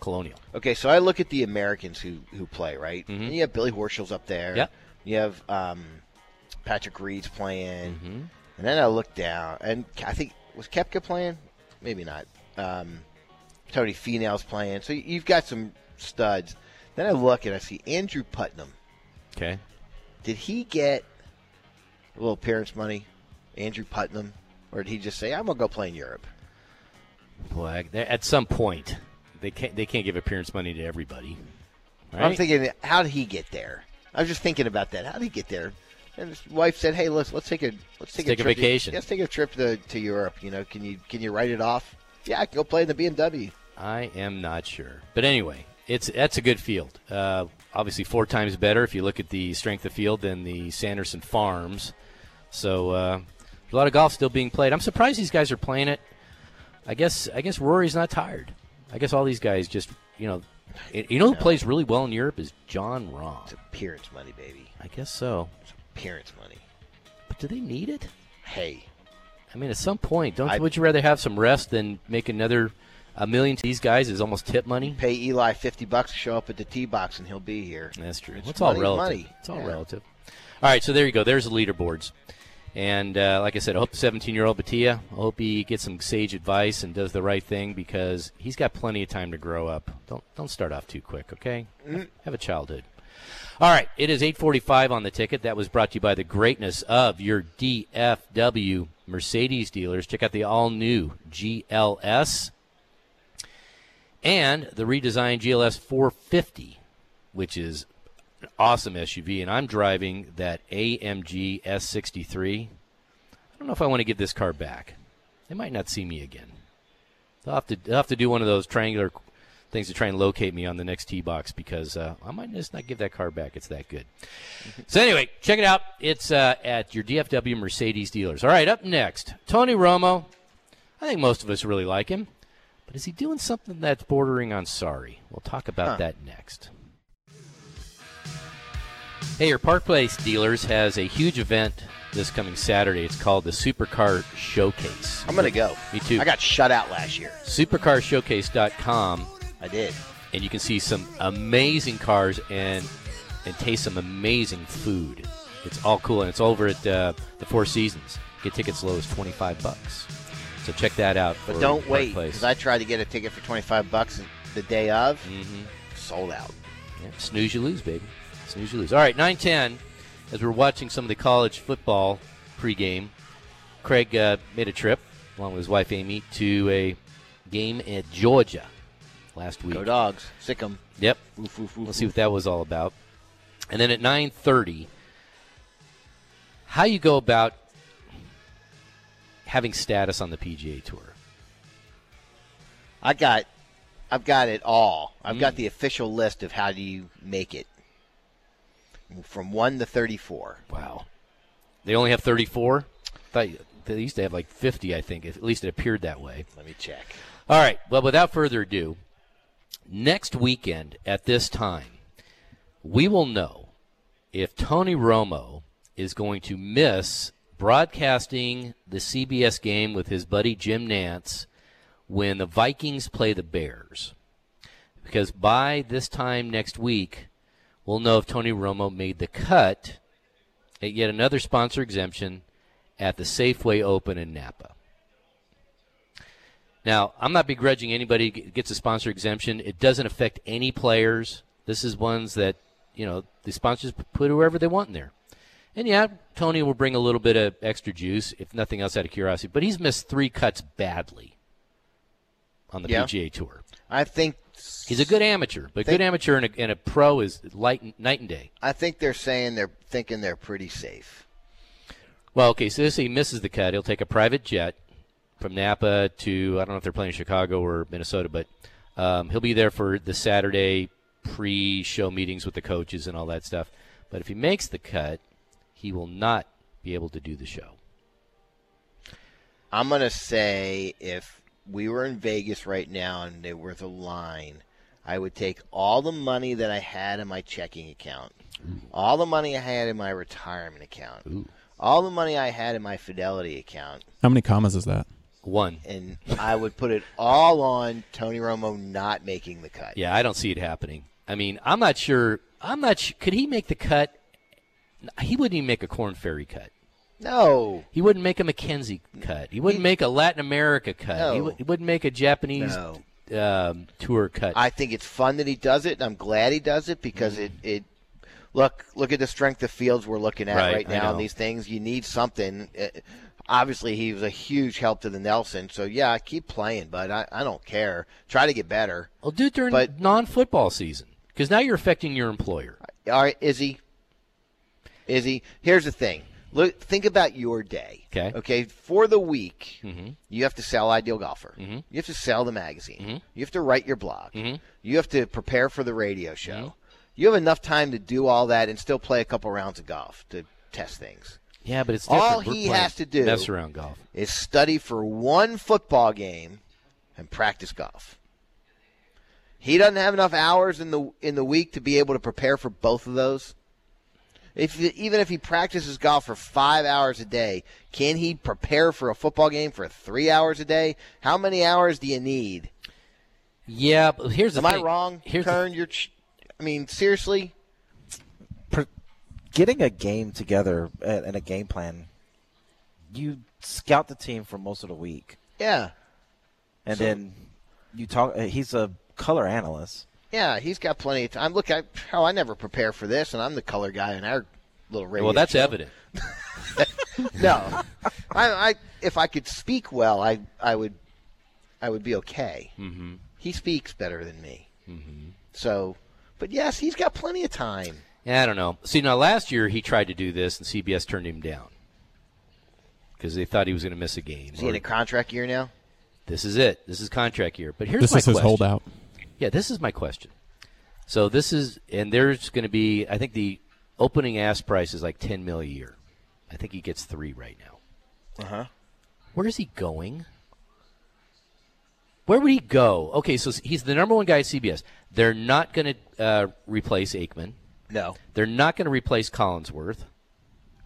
S2: Colonial.
S6: Okay, so I look at the Americans who who play, right? And you have Billy Horschel's up there.
S2: Yeah.
S6: You have um, Patrick Reed's playing, and then I look down, and I think was Kepka playing? Maybe not. Um, Tony Finau's playing, so you've got some studs. Then I look and I see Andrew Putnam.
S2: Okay.
S6: Did he get a little appearance money, Andrew Putnam, or did he just say, "I'm gonna go play in Europe"?
S2: Well, I- they- at some point, they can't they can't give appearance money to everybody.
S6: I'm
S2: right?
S6: thinking, how did he get there? I was just thinking about that. How did he get there? And his wife said, "Hey, let's let's take a let's take,
S2: Let's take a
S6: trip to-
S2: vacation.
S6: let's take a trip to, to Europe. You know, can you can you write it off? Yeah, I can go play in the BMW.
S2: I am not sure, but anyway, it's that's a good field. Uh, obviously, four times better if you look at the strength of field than the Sanderson Farms. So uh, a lot of golf still being played. I'm surprised these guys are playing it. I guess I guess Rory's not tired. I guess all these guys just you know, y- you know who plays really well in Europe is John Rahm.
S6: It's appearance money, baby.
S2: I guess so,
S6: It's appearance money.
S2: but do they need it?
S6: Hey,
S2: I mean, at some point, don't
S6: I-
S2: you, would you rather have some rest than make another a million to these guys is almost tip money?
S6: pay Eli fifty bucks to show up at the tee box, and he'll be here.
S2: That's true. It's,
S6: It's
S2: all
S6: money,
S2: relative.
S6: money.
S2: It's all
S6: Yeah.
S2: relative. All right, so there you go. There's the leaderboards. And uh, like I said, I hope the 17 year old Batia, I hope he gets some sage advice and does the right thing because he's got plenty of time to grow up. Don't don't start off too quick, okay?
S6: Mm.
S2: Have a childhood. All right, it is 8:45 on the ticket. That was brought to you by the greatness of your DFW Mercedes dealers. Check out the all-new GLS and the redesigned GLS 450, which is an awesome SUV. And I'm driving that AMG S63. I don't know if I want to give this car back. They might not see me again. They'll have to they'll have to do one of those triangular things to try and locate me on the next tee box because uh, I might just not give that car back. It's that good. so anyway, check it out. It's uh, at your DFW Mercedes dealers. All right, up next, Tony Romo. I think most of us really like him, but is he doing something that's bordering on sorry? We'll talk about that next. Hey, your Park Place dealers has a huge event this coming Saturday. It's called the Supercar Showcase.
S6: I'm gonna go.
S2: Me too.
S6: I got shut out last year.
S2: supercarshowcase.com
S6: I did.
S2: and you can see some amazing cars and and taste some amazing food. It's all cool and it's over at uh, the Four Seasons. Get tickets low as 25 bucks. So check that out.
S6: But
S2: for
S6: don't
S2: Park
S6: wait
S2: Place.
S6: because I tried to get a ticket for twenty five bucks the day of.
S2: Mm-hmm.
S6: Sold out.
S2: Yeah, snooze you lose, baby. Snooze you lose. All right, nine ten. As we're watching some of the college football pregame, Craig uh, made a trip along with his wife Amy to a game at Georgia last week.
S6: Go dogs. Sick 'em.
S2: Yep.
S6: Oof, oof, oof,
S2: We'll see what that was all about. And then at 9:30, how you go about having status on the PGA Tour?
S6: I got, I've got it all. I've got the official list of how do you make it from one to thirty-four.
S2: Wow, they only have 34. Thought you- they used to have like 50, I think. At least it appeared that way.
S6: Let me check.
S2: All right. Well, without further ado, next weekend at this time, we will know if Tony Romo is going to miss broadcasting the CBS game with his buddy Jim Nance when the Vikings play the Bears. Because by this time next week, we'll know if Tony Romo made the cut at yet another sponsor exemption at the Safeway Open in Napa. Now, I'm not begrudging anybody g- gets a sponsor exemption. It doesn't affect any players. This is ones that you know the sponsors p- put whoever they want in there. And yeah, Tony will bring a little bit of extra juice, if nothing else, out of curiosity. But he's missed three cuts badly on the
S6: Yeah.
S2: PGA Tour.
S6: I think
S2: He's a good amateur, but
S6: Think-
S2: good amateur and a, and a pro is light and, night and day.
S6: I think they're saying they're thinking they're pretty safe.
S2: Well, okay, so this he misses the cut. He'll take a private jet from Napa to I don't know if they're playing Chicago or Minnesota, but um, he'll be there for the Saturday pre-show meetings with the coaches and all that stuff. But if he makes the cut, he will not be able to do the show.
S6: I'm gonna say if we were in Vegas right now and there was a line, I would take all the money that I had in my checking account, all the money I had in my retirement account, all the money I had in my Fidelity account,
S9: How many commas is that?
S2: One,
S6: and I would put it all on Tony Romo not making the cut.
S2: yeah, I don't see it happening. I mean, I'm not sure. I'm not. Sh- could he make the cut? He wouldn't even make a Corn Ferry cut.
S6: No.
S2: He wouldn't make a Mackenzie cut. He wouldn't make a Latin America cut. He,
S6: No.
S2: wou- he wouldn't make a Japanese
S6: No.
S2: um, tour cut.
S6: I think it's fun that he does it, and I'm glad he does it
S2: Mm-hmm.
S6: because it, it look look at the strength of fields we're looking at
S2: Right,
S6: right,
S2: I
S6: now
S2: know.
S6: and these things. You need something. Uh, obviously, he was a huge help to the Nelson. So yeah, keep playing, but I, I don't care. Try to get better.
S2: well, do it during
S6: but-
S2: non-football season because now you're affecting your employer.
S6: All right, Izzy. Izzy, here's the thing. Look, think about your day.
S2: Okay.
S6: Okay. For the week, you have to sell Ideal Golfer. You have to sell the magazine. You have to write your blog. You have to prepare for the radio show. You have enough time to do all that and still play a couple rounds of golf to test things.
S2: Yeah, but it's
S6: All
S2: different. We're
S6: he
S2: playing
S6: has to do-
S2: mess around golf.
S6: Is study for one football game and practice golf. He doesn't have enough hours in the in the week to be able to prepare for both of those. If even if he practices golf for five hours a day, can he prepare for a football game for three hours a day? How many hours do you need?
S2: Yeah, but here's the
S6: Am
S2: thing.
S6: I wrong?
S2: Here's the-
S6: Kern, you're. Ch- I mean, seriously.
S7: Pr- getting a game together uh, and a game plan, you scout the team for most of the week,
S6: Yeah,
S7: and then you talk. Uh, he's a color analyst.
S6: yeah. He's got plenty of time. Look, I how I never prepare for this, and I'm the color guy in our little radio.
S2: well, that's
S6: show.
S2: evident.
S6: No, I, I if I could speak well, I I would I would be okay. Mm-hmm. He speaks better than me, mm-hmm. so. But yes, he's got plenty of time.
S2: Yeah, I don't know. See, now last year he tried to do this, and CBS turned him down because they thought he was going to miss a game.
S6: Is he in
S2: Or-
S6: a contract year now?
S2: this is it. This is contract year. But here's
S9: This
S2: my
S9: is his
S2: question.
S9: holdout.
S2: Yeah, this is my question. So this is, and there's going to be, I think the opening ask price is like ten mil a year. I think he gets three right now. Uh huh.
S6: Uh-huh.
S2: Where is he going? Where would he go? Okay, so he's the number one guy at CBS. They're not going to uh, replace Aikman.
S6: No.
S2: They're not going to replace Collinsworth.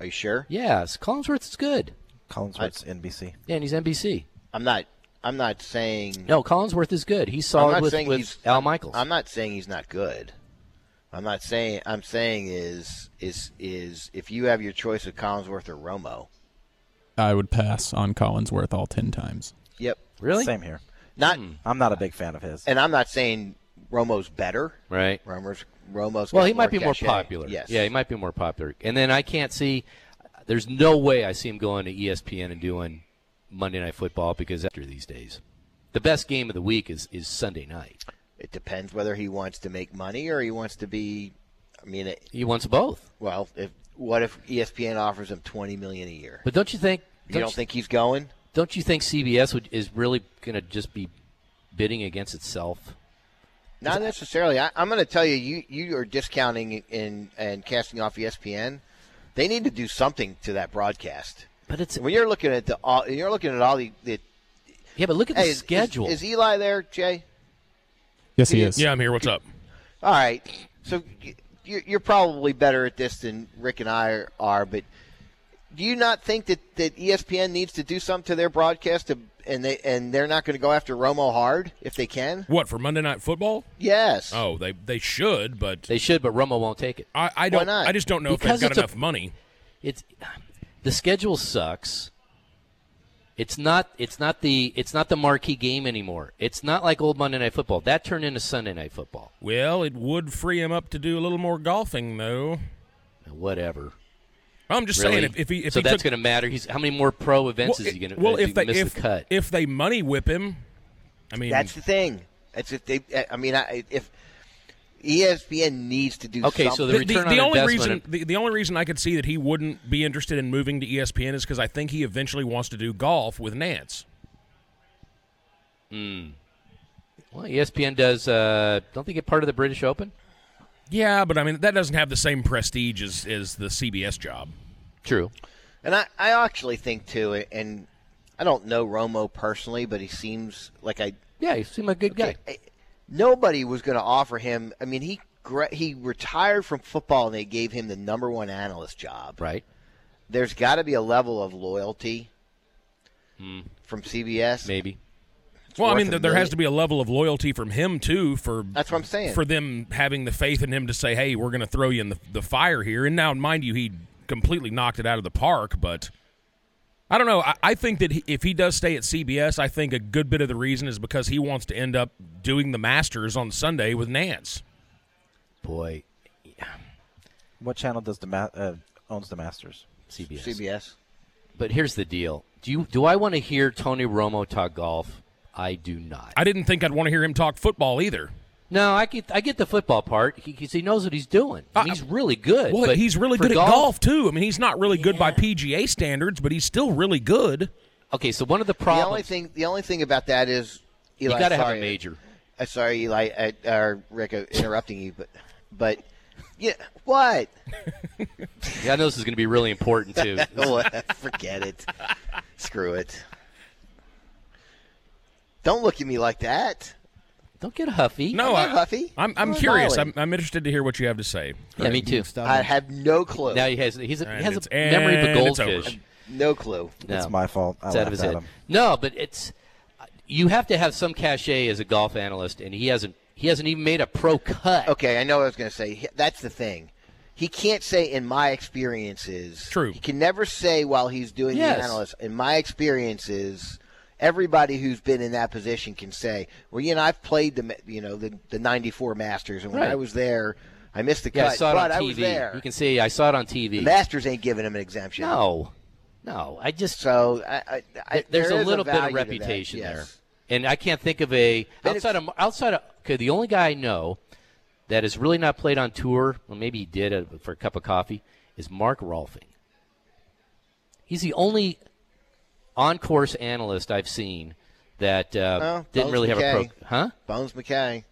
S6: Are you sure?
S2: Yes, Collinsworth is good.
S7: Collinsworth's NBC.
S2: Yeah, and he's NBC.
S6: I'm not. I'm not saying.
S2: No, Collinsworth is good. He's
S6: I'm
S2: solid
S6: not
S2: with,
S6: saying
S2: with
S6: he's.
S2: Al Michaels.
S6: I'm not saying he's not good. I'm not saying. I'm saying is is is if you have your choice of Collinsworth or Romo.
S9: I would pass on Collinsworth all 10 times.
S6: Yep.
S2: really?
S7: Same here.
S6: Not.
S2: Hmm.
S7: I'm not a big fan of his.
S6: And I'm not saying Romo's better.
S2: Right.
S6: Romo's Romo's.
S2: Well,
S6: got
S2: he might be more
S6: cachet.
S2: popular.
S6: Yes.
S2: Yeah, he might be more popular. And then I can't see. There's no way I see him going to E ESPN and doing Monday Night Football because after these days, the best game of the week is is Sunday night.
S6: It depends whether he wants to make money or he wants to be. I mean, it,
S2: He wants both.
S6: well, if what if E ESPN offers him twenty million a year?
S2: But don't you think?
S6: You don't think he's going?
S2: Don't you think CBS would, is really going to just be bidding against itself?
S6: Not necessarily. I, I'm going to tell you, you you are discounting and and casting off E ESPN. They need to do something to that broadcast.
S2: But it's
S6: When you're looking at the all, you're looking at all the, the
S2: yeah. But look at
S6: hey,
S2: the
S6: is-
S2: schedule.
S6: Is, is Eli there, Jay?
S9: Yes, he is.
S3: Yeah, I'm here. What's up?
S6: All right. So y- you- you're probably better at this than Rick and I are, but do you not think that, that E ESPN needs to do something to their broadcast to, and they and they're not going to go after Romo hard if they can?
S3: What for Monday Night Football?
S6: Yes.
S3: Oh, they they should, but
S2: they should, but Romo won't take it.
S3: I, I don't.
S6: not?
S3: I just don't know
S2: Because
S3: if they've
S2: it's a-
S3: got enough money.
S2: it's the schedule sucks It's not it's not the it's not the marquee game anymore. It's not like old Monday Night Football. That turned into Sunday Night Football.
S3: Well, it would free him up to do a little more golfing, though.
S2: Whatever.
S3: I'm just
S2: Really?
S3: saying, if, if he if
S2: so
S3: he
S2: that's
S3: took,
S2: going to matter. He's how many more pro events
S3: well,
S2: is he going to
S3: well,
S2: if
S3: if they
S2: miss
S3: if
S2: the cut?
S3: if they money whip him, I mean,
S6: That's the thing. That's if they. I mean, I, if E ESPN needs to do
S2: Okay, so the
S6: something.
S2: return on
S3: only
S2: investment
S3: reason
S2: of-
S3: the, the only reason I could see that he wouldn't be interested in moving to E ESPN is because I think he eventually wants to do golf with Nance.
S2: well, E ESPN does. Uh, don't they get part of the British Open?
S3: Yeah, but I mean that doesn't have the same prestige as, as the CBS job.
S2: True.
S6: And I, I actually think too, and I don't know Romo personally, but he seems like I.
S2: Yeah, he seemed like a good guy.
S6: Nobody was going to offer him. I mean, he gra- he retired from football, and they gave him the number one analyst job.
S2: Right.
S6: There's got to be a level of loyalty from CBS.
S2: Hmm. Maybe.
S3: well, I
S6: worth
S3: mean
S6: a
S3: there there has
S6: million.
S3: to be a level of loyalty from him too for
S6: That's what I'm saying.
S3: for them having the faith in him to say, "Hey, we're going to throw you in the, the fire here." And now, mind you, he completely knocked it out of the park. But I don't know. I, I think that he, if he does stay at CBS, I think a good bit of the reason is because he wants to end up doing the Masters on Sunday with Nance.
S2: Boy,
S7: What channel does the ma- uh, owns the Masters?
S2: CBS.
S6: CBS.
S2: But here's the deal. Do you do I want to hear Tony Romo talk golf? I do not.
S3: I didn't think I'd want to hear him talk football either.
S2: No, I get I get the football part. He 'cause he knows what he's doing. And
S3: I-
S2: he's really good.
S3: Well,
S2: but
S3: Ah, he's really
S2: for
S3: good at golf too. I mean, he's not really good by PGA standards, but he's still really good.
S2: Okay, so one of the
S6: The
S2: problems
S6: only thing the only thing about that is Eli,
S2: you got to have a
S6: sorry.
S2: major.
S6: Uh, sorry, Eli, uh, or Rick, uh, interrupting you, but, but, yeah, what?
S2: Yeah, I know this is going to be really important too.
S6: What? Oh, Forget it. Screw it. Don't look at me like that.
S2: Don't get huffy.
S3: No,
S6: I'm not
S3: I,
S6: huffy.
S3: I'm, I'm
S6: I'm
S3: curious.
S6: smiling.
S3: I'm, I'm interested to hear what you have to say.
S2: yeah, me too.
S6: I have no clue.
S2: Now he has he's a,
S3: And
S2: he has
S3: it's-
S2: a memory of a
S3: and it's over.
S2: goldfish.
S6: no clue.
S2: No,
S7: It's my fault. I
S2: it's out of
S7: laughed
S2: his
S7: at
S2: head.
S7: him.
S2: No, but it's you have to have some cachet as a golf analyst, and he hasn't. He hasn't even made a pro cut.
S6: Okay, I know what I was going to say. He- That's the thing. He can't say, in my experiences.
S3: True.
S6: He can never say while he's doing
S2: Yes.
S6: the analyst, in my experiences, everybody who's been in that position can say, well, you know, I've played the, ma- you know, the, the 94 Masters, and when
S2: Right.
S6: I was there, I missed the
S2: Yeah,
S6: cut,
S2: I saw it
S6: but
S2: on
S6: I
S2: TV.
S6: was there.
S2: You can see I saw it on TV.
S6: the Masters ain't giving him an exemption.
S2: no, no, I just
S6: So I, I, I,
S2: there's
S6: there
S2: a
S6: is
S2: little bit
S6: value
S2: of
S6: to that,
S2: reputation there,
S6: yes.
S2: and I can't think of a
S6: Then
S2: outside of outside of okay. The only guy I know that has really not played on tour, well, maybe he did uh, for a cup of coffee, is Mark Rolfing. He's the only on-course analyst I've seen that uh,
S6: Oh,
S2: didn't
S6: Bones
S2: really have a
S6: McKay.
S2: pro, huh?
S6: Bones McKay.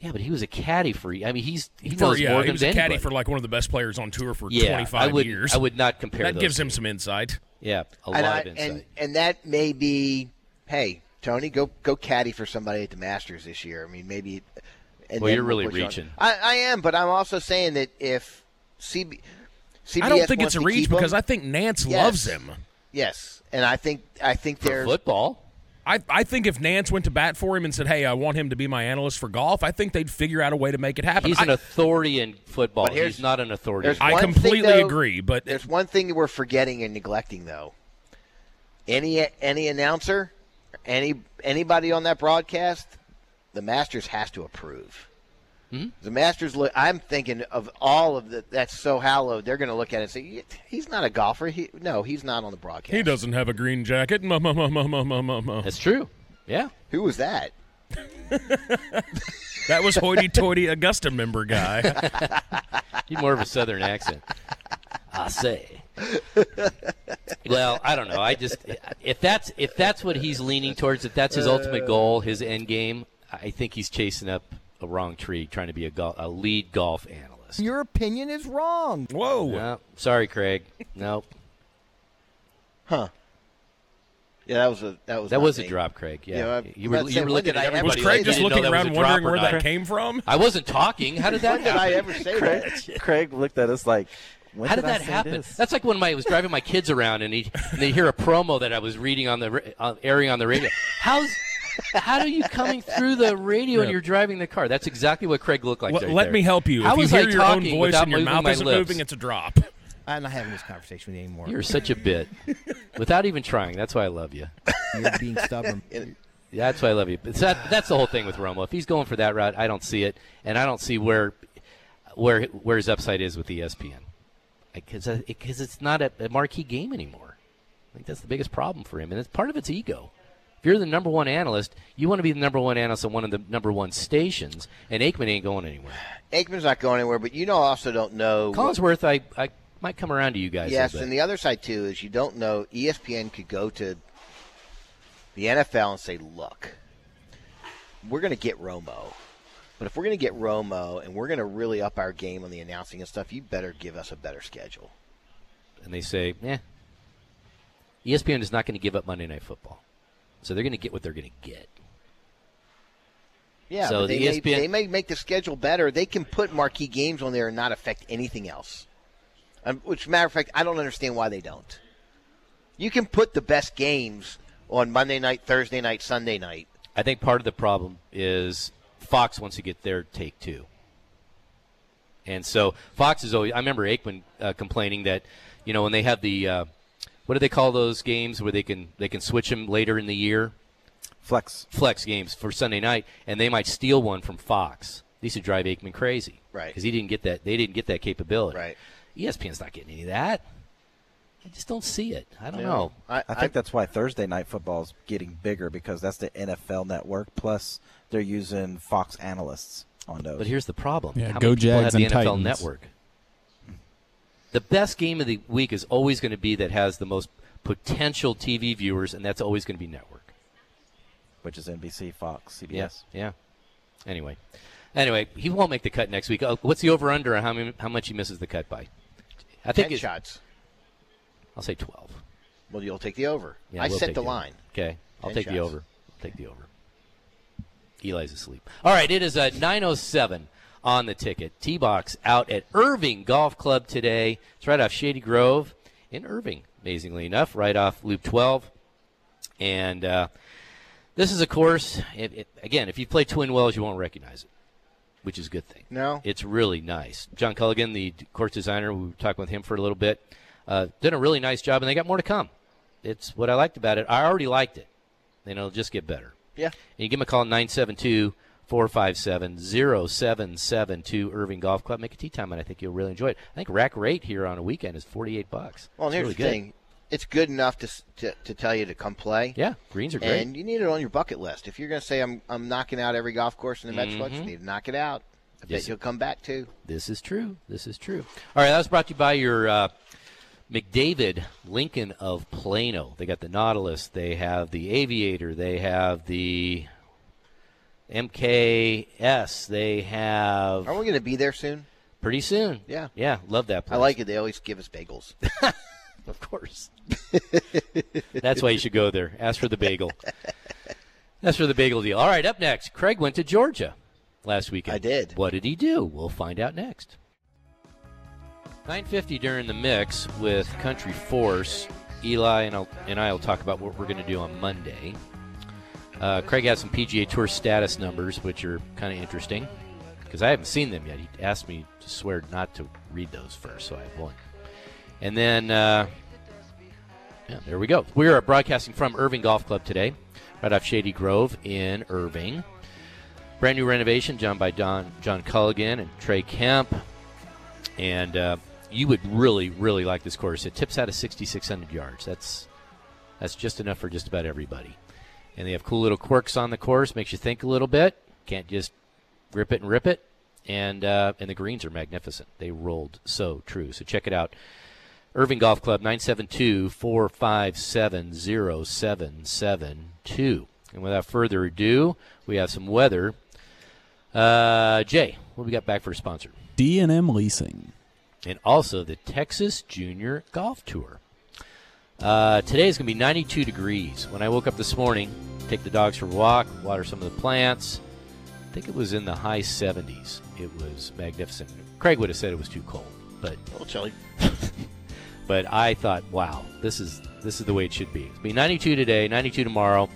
S2: Yeah, but he was a caddy for. I mean, he's he
S3: For,
S2: knows
S3: yeah,
S2: more
S3: he
S2: than
S3: was a
S2: anybody.
S3: caddy for like one of the best players on tour for
S2: yeah,
S3: 25
S2: I would,
S3: years.
S2: I would not compare
S3: that
S2: those.
S3: gives him some insight.
S2: yeah, a lot
S6: And, I,
S2: of insight.
S6: and and that may be, hey, Tony, go go caddy for somebody at the Masters this year. I mean, maybe. And
S2: Well,
S6: then
S2: you're really
S6: push on.
S2: reaching.
S6: I, I am, but I'm also saying that if CB, CBS
S3: I don't think it's
S6: wants
S3: a
S6: to
S3: reach
S6: keep him-
S3: because I think Nance
S6: Yes.
S3: loves him.
S6: yes, and I think I think
S2: for
S6: they're
S2: football.
S3: I, I think if Nance went to bat for him and said, "Hey, I want him to be my analyst for golf," I think they'd figure out a way to make it happen.
S2: He's
S3: I,
S2: an authority in football.
S6: But here's-
S2: He's not an authority. in
S6: there's
S3: I
S6: one thing,
S3: completely
S6: though,
S3: agree, but
S6: There's one thing that we're forgetting and neglecting though. Any any announcer, any anybody on that broadcast, the Masters has to approve.
S2: Hmm?
S6: The Masters look. I'm thinking of all of the. That's so hallowed. They're going to look at it and say, "He's not a golfer. He, no, he's not on the broadcast.
S3: he doesn't have a green jacket. Ma, ma, ma, ma, ma, ma, ma, ma.
S2: That's true. Yeah.
S6: Who was that?
S3: That was hoity-toity Augusta member guy.
S2: He's more of a southern accent. I say. well, I don't know. I just if that's if that's what he's leaning towards, if that's his ultimate goal, his end game, I think he's chasing up a wrong tree, trying to be a gol a lead golf analyst.
S10: Your opinion is wrong.
S3: Whoa!
S2: No, sorry, Craig. Nope.
S6: Yeah, that was a that was
S2: That
S6: not
S2: was a
S6: me.
S2: drop, Craig. Yeah,
S6: Yeah, I'm
S2: you were
S6: about to
S2: you
S6: say,
S2: were
S6: when
S2: looking
S6: did I
S2: at
S6: ever-
S2: everybody.
S3: was
S2: like
S3: Craig
S2: you
S3: just
S2: didn't know
S3: looking
S2: that was
S3: around
S2: a drop
S3: wondering
S2: or
S3: where
S2: not.
S3: that came from?
S2: I wasn't talking. How did that
S6: When did
S2: happen?
S6: I ever say
S7: Craig,
S6: that?
S7: Craig looked at us like, when
S2: How
S7: did,
S2: did that
S7: I say
S2: happen?
S7: this?
S2: That's like when my, I was driving my kids around and, he, and they hear a promo that I was reading on the ra- uh, airing on the radio. How's how are you coming through the radio and you're driving the car? That's exactly what Craig looked like.
S3: Let-
S2: right
S3: let
S2: there.
S3: me help you.
S2: How
S3: if you
S2: was
S3: hear
S2: I
S3: your own
S2: talking
S3: voice
S2: without
S3: and your
S2: moving
S3: mouth
S2: my
S3: isn't
S2: lips?
S3: moving, it's a drop.
S10: I'm not having this conversation with you anymore.
S2: You're such a bit. Without even trying. That's why I love you.
S10: You're being stubborn.
S2: That's why I love you. But that, that's the whole thing with Romo. If he's going for that route, I don't see it, and I don't see where where where his upside is with E ESPN because because uh, it's not a, a marquee game anymore. I think that's the biggest problem for him, and it's part of its ego. If you're the number one analyst, you want to be the number one analyst on one of the number one stations, and Aikman ain't going anywhere.
S6: Aikman's not going anywhere, but you know, I also don't know.
S2: Collinsworth, I, I might come around to you guys. a
S6: Yes,
S2: bit.
S6: and the other side too is you don't know. E ESPN could go to the NFL and say, "Look, we're going to get Romo, but if we're going to get Romo and we're going to really up our game on the announcing and stuff, you better give us a better schedule."
S2: and they say, "Eh, E "Yeah, ESPN is not going to give up Monday Night Football, so they're going to get what they're going to get."
S6: Yeah,
S2: So
S6: but they,
S2: the E
S6: may,
S2: ESPN
S6: they may make the schedule better. They can put marquee games on there and not affect anything else. Um, which, matter of fact, I don't understand why they don't. You can put the best games on Monday night, Thursday night, Sunday night.
S2: I think part of the problem is Fox wants to get their take too. And so Fox is always. I remember Aikman uh, complaining that, you know, when they have the, uh, what do they call those games where they can they can switch them later in the year,
S7: flex
S2: flex games for Sunday night, and they might steal one from Fox. These would drive Aikman crazy, right? Because he didn't get that. They didn't get that capability. E Right. ESPN's not getting any of that. I just don't see it. I don't know.
S7: I, think that's why Thursday night football is getting bigger because that's the NFL network. Plus, they're using Fox analysts on those.
S2: But here's the problem.
S9: Yeah,
S2: How
S9: go
S2: many people
S9: Jags
S2: have the
S9: and
S2: NFL
S9: Titans.
S2: Network? The best game of the week is always going to be that has the most potential TV viewers, and that's always going to be network.
S7: Which is NBC, Fox, CBS.
S2: Yeah. Anyway, anyway, he won't make the cut next week. Oh, what's the over under on how many, how much he misses the cut by? I think
S6: 10
S2: it-
S6: shots.
S2: I'll say twelve.
S6: Well, you'll take the over.
S2: Yeah,
S6: I
S2: we'll
S6: set
S2: take
S6: the
S2: over.
S6: line.
S2: Okay, I'll
S6: 10
S2: take the
S6: shots.
S2: over. I'll take the over. Eli's asleep. All right, it is uh, a 907 on the ticket. T box out at Irving Golf Club today. It's right off Shady Grove in Irving. Amazingly enough, right off Loop 12. And uh, this is a course. It, it- again, if you play Twin Wells, you won't recognize it, which is a good thing.
S6: No.
S2: It's really nice. John Culligan, the d- course designer, we were talking with him for a little bit, uh, did a really nice job, and they got more to come. It's what I liked about it. I already liked it, and it'll just get better.
S6: Yeah.
S2: And you give them a call, 972 457 0772 Irving Golf Club. Make a tea time, and I think you'll really enjoy it. I think rack rate here on a weekend is 48 bucks.
S6: Well,
S2: It's
S6: and here's
S2: really
S6: the
S2: good.
S6: thing. It's good enough to, s- to to tell you to come play.
S2: Yeah, greens are great.
S6: And you need it on your bucket list. If you're going to say I'm I'm knocking out every golf course in the Metroplex, you
S2: Mhm.
S6: need to knock it out. I
S2: Yes.
S6: bet you'll come back too.
S2: This is true. This is true. All right, that was brought to you by your uh, McDavid Lincoln of Plano. They got the Nautilus. They have the Aviator. They have the MKS. They have.
S6: Are we going to be there soon?
S2: Pretty soon.
S6: Yeah.
S2: Yeah. Love that place.
S6: I like it. They always give us bagels.
S2: of course. That's why you should go there. Ask for the bagel. That's for the bagel deal. All right, up next, Craig went to Georgia last weekend. I did. What did he do? We'll find out next. 950 during the mix with Country Force. Eli and, I'll, and I will talk about what we're going to do on Monday. Uh, Craig has some PGA Tour status numbers, which are kind of interesting because I haven't seen them yet. He asked me to swear not to read those first, so I have one. And then uh, yeah, there we go. We are broadcasting from Irving Golf Club today, right off Shady Grove in Irving. Brand new renovation done by Don, John Culligan and Trey Kemp. And uh, you would really, really like this course. It tips out of 6,600 yards. That's that's just enough for just about everybody. And they have cool little quirks on the course, makes you think a little bit. Can't just rip it and rip it. And uh, and the greens are magnificent. They rolled so true. So check it out. Irving Golf Club, 972 457 0772. And without further ado, we have some weather. Uh, Jay, what we got back for a sponsor?
S9: D and M Leasing.
S2: and also the Texas Junior Golf Tour. Uh, today is going to be 92 degrees. When I woke up this morning, take the dogs for a walk, water some of the plants. I think it was in the high 70s. It was magnificent. Craig would have said it was too cold, but a little chilly. but I thought, wow, this is this is the way it should be. It's gonna be 92 today, 92 tomorrow,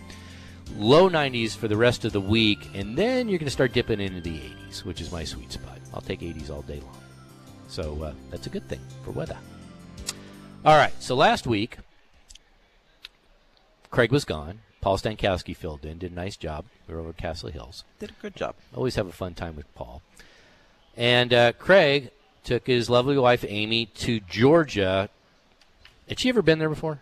S2: low 90s for the rest of the week, and then you're going to start dipping into the 80s, which is my sweet spot. I'll take 80s all day long. So uh, that's a good thing for weather. All right. So last week, Craig was gone. Paul Stankowski filled in, did a nice job. We were over at Castle Hills.
S7: Did a good job.
S2: Always have a fun time with Paul. And uh, Craig took his lovely wife Amy to Georgia. Had she ever been there before?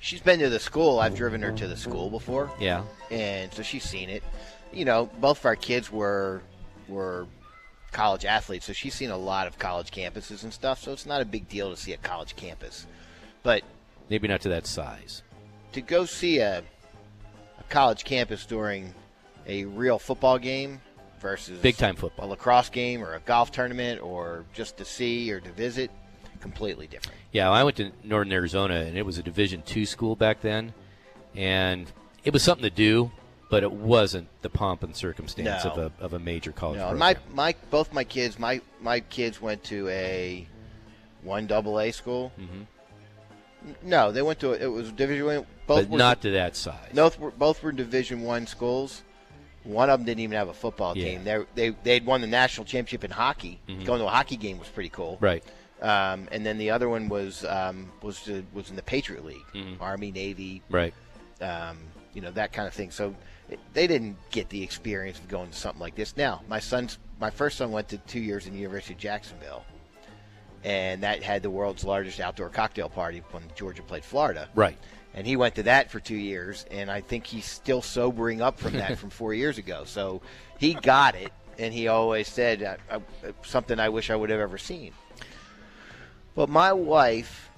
S6: She's been to the school. I've driven her to the school before.
S2: Yeah.
S6: And so she's seen it. You know, both of our kids were were college athletes, so she's seen a lot of college campuses and stuff. So it's not a big deal to see a college campus, but
S2: maybe not to that size.
S6: To go see a, a college campus during a real football game versus
S2: Big time football.
S6: a lacrosse game or a golf tournament or just to see or to visit, completely different.
S2: Yeah, I went to Northern Arizona, and it was a Division two school back then, and it was something to do, but it wasn't the pomp and circumstance
S6: No.
S2: of a of a major college.
S6: No,
S2: program.
S6: my my both my kids my my kids went to a one double A school. N- No, they went to it was Division one. Both
S2: Mm-hmm. but
S6: were,
S2: not to that size.
S6: Both were, both were Division one schools. One of them didn't even have a football
S2: Yeah.
S6: team. They they they'd won the national championship in hockey.
S2: Mhm.
S6: Going to a hockey game was pretty cool.
S2: Right.
S6: Um, and then the other one was um, was the, was in the Patriot League,
S2: Mhm.
S6: Army Navy,
S2: Right.
S6: um, you know that kind of thing. So it- they didn't get the experience of going to something like this. Now my son's my first son went to two years in the University of Jacksonville, and that had the world's largest outdoor cocktail party when Georgia played Florida.
S2: Right.
S6: And he went to that for two years, and I think he's still sobering up from that from four years ago. So he got it, and he always said uh, uh, something I wish I would have ever seen. But my wife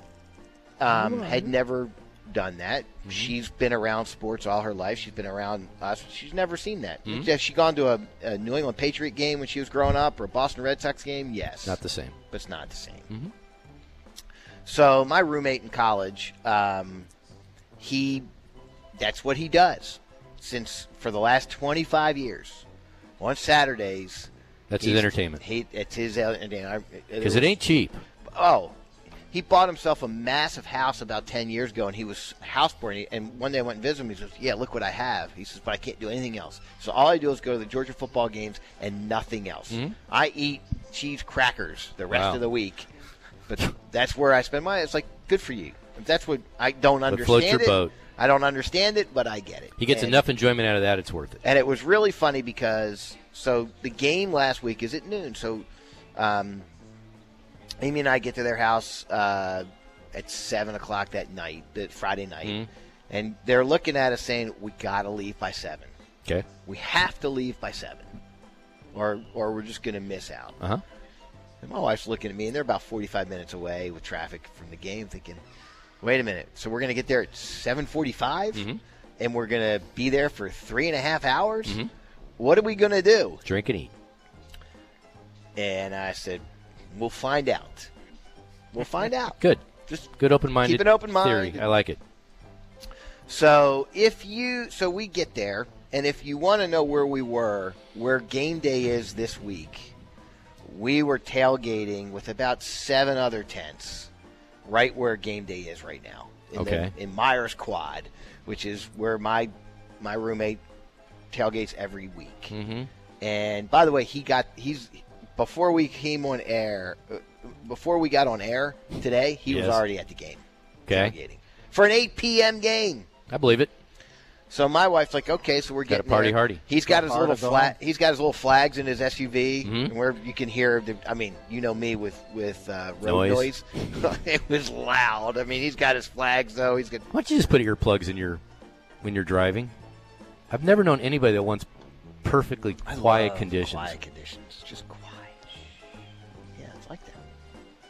S6: um, had never done that.
S2: Mm-hmm.
S6: She's been around sports all her life. She's been around us. She's never seen that.
S2: Mhm.
S6: Has she gone to a, a New England Patriot game when she was growing up or a Boston Red Sox game? Yes.
S2: Not the same.
S6: But it's not the same.
S2: Mhm.
S6: So my roommate in college, um, he, that's what he does since for the last 25 years. On Saturdays,
S2: That's his
S6: he's-
S2: entertainment.
S6: He, it's his entertainment.
S2: Because it ain't cheap.
S6: Oh, he bought himself a massive house about 10 years ago, and he was housebound. And one day I went and visited him. He says, Yeah, look what I have. He says, But I can't do anything else. So all I do is go to the Georgia football games and nothing else.
S2: Mhm.
S6: I eat cheese crackers the rest
S2: Wow.
S6: of the week. But that's where I spend my It's like, good for you. If that's what I don't
S2: What
S6: understand.
S2: floats your
S6: it,
S2: boat.
S6: I don't understand it, but I get it.
S2: He gets
S6: And-
S2: enough enjoyment out of that; it's worth it.
S6: and it was really funny because so the game last week is at noon. So um, Amy and I get to their house uh, at seven o'clock that night, that Friday night, and they're looking at us saying, "We got to leave by seven.
S2: Okay.
S6: We have to leave by seven, or or we're just going to miss out."
S2: Uh huh.
S6: And my wife's looking at me, and they're about 45 minutes away with traffic from the game, thinking, wait a minute. So we're going to get there at 745, and we're going to be there for three and a half hours? What are we going to do?
S2: Drink and eat.
S6: And I said, we'll find out. We'll find out.
S2: Good.
S6: Just
S2: Good open-minded.
S6: Keep an open mind.
S2: theory. I like it.
S6: So if you, so we get there, and if you want to know where we were, where game day is this week, we were tailgating with about seven other tents, right where game day is right now. In
S2: Okay.
S6: The, in Myers Quad, which is where my my roommate tailgates every week.
S2: Mm-hmm.
S6: And by the way, he got he's before we came on air, uh, before we got on air today, he was
S2: Yes.
S6: already at the game
S2: Okay.
S6: tailgating for an 8 p.m. game.
S2: I believe it.
S6: So my wife's like, okay, so we're
S2: Gotta
S6: getting
S2: party
S6: there.
S2: hardy.
S6: He's got his
S7: Part
S6: little
S7: of the
S6: flat. He's got his little flags in his SUV,
S2: Mhm.
S6: and where you can hear. The, I mean, you know me with with uh, road
S2: Noise.
S6: noise. it was loud. I mean, he's got his flags though. He's got.
S2: Why don't you just put earplugs in your when you're driving? I've never known anybody that wants perfectly quiet
S6: love
S2: conditions.
S6: Quiet conditions. Just quiet. Yeah, it's like that.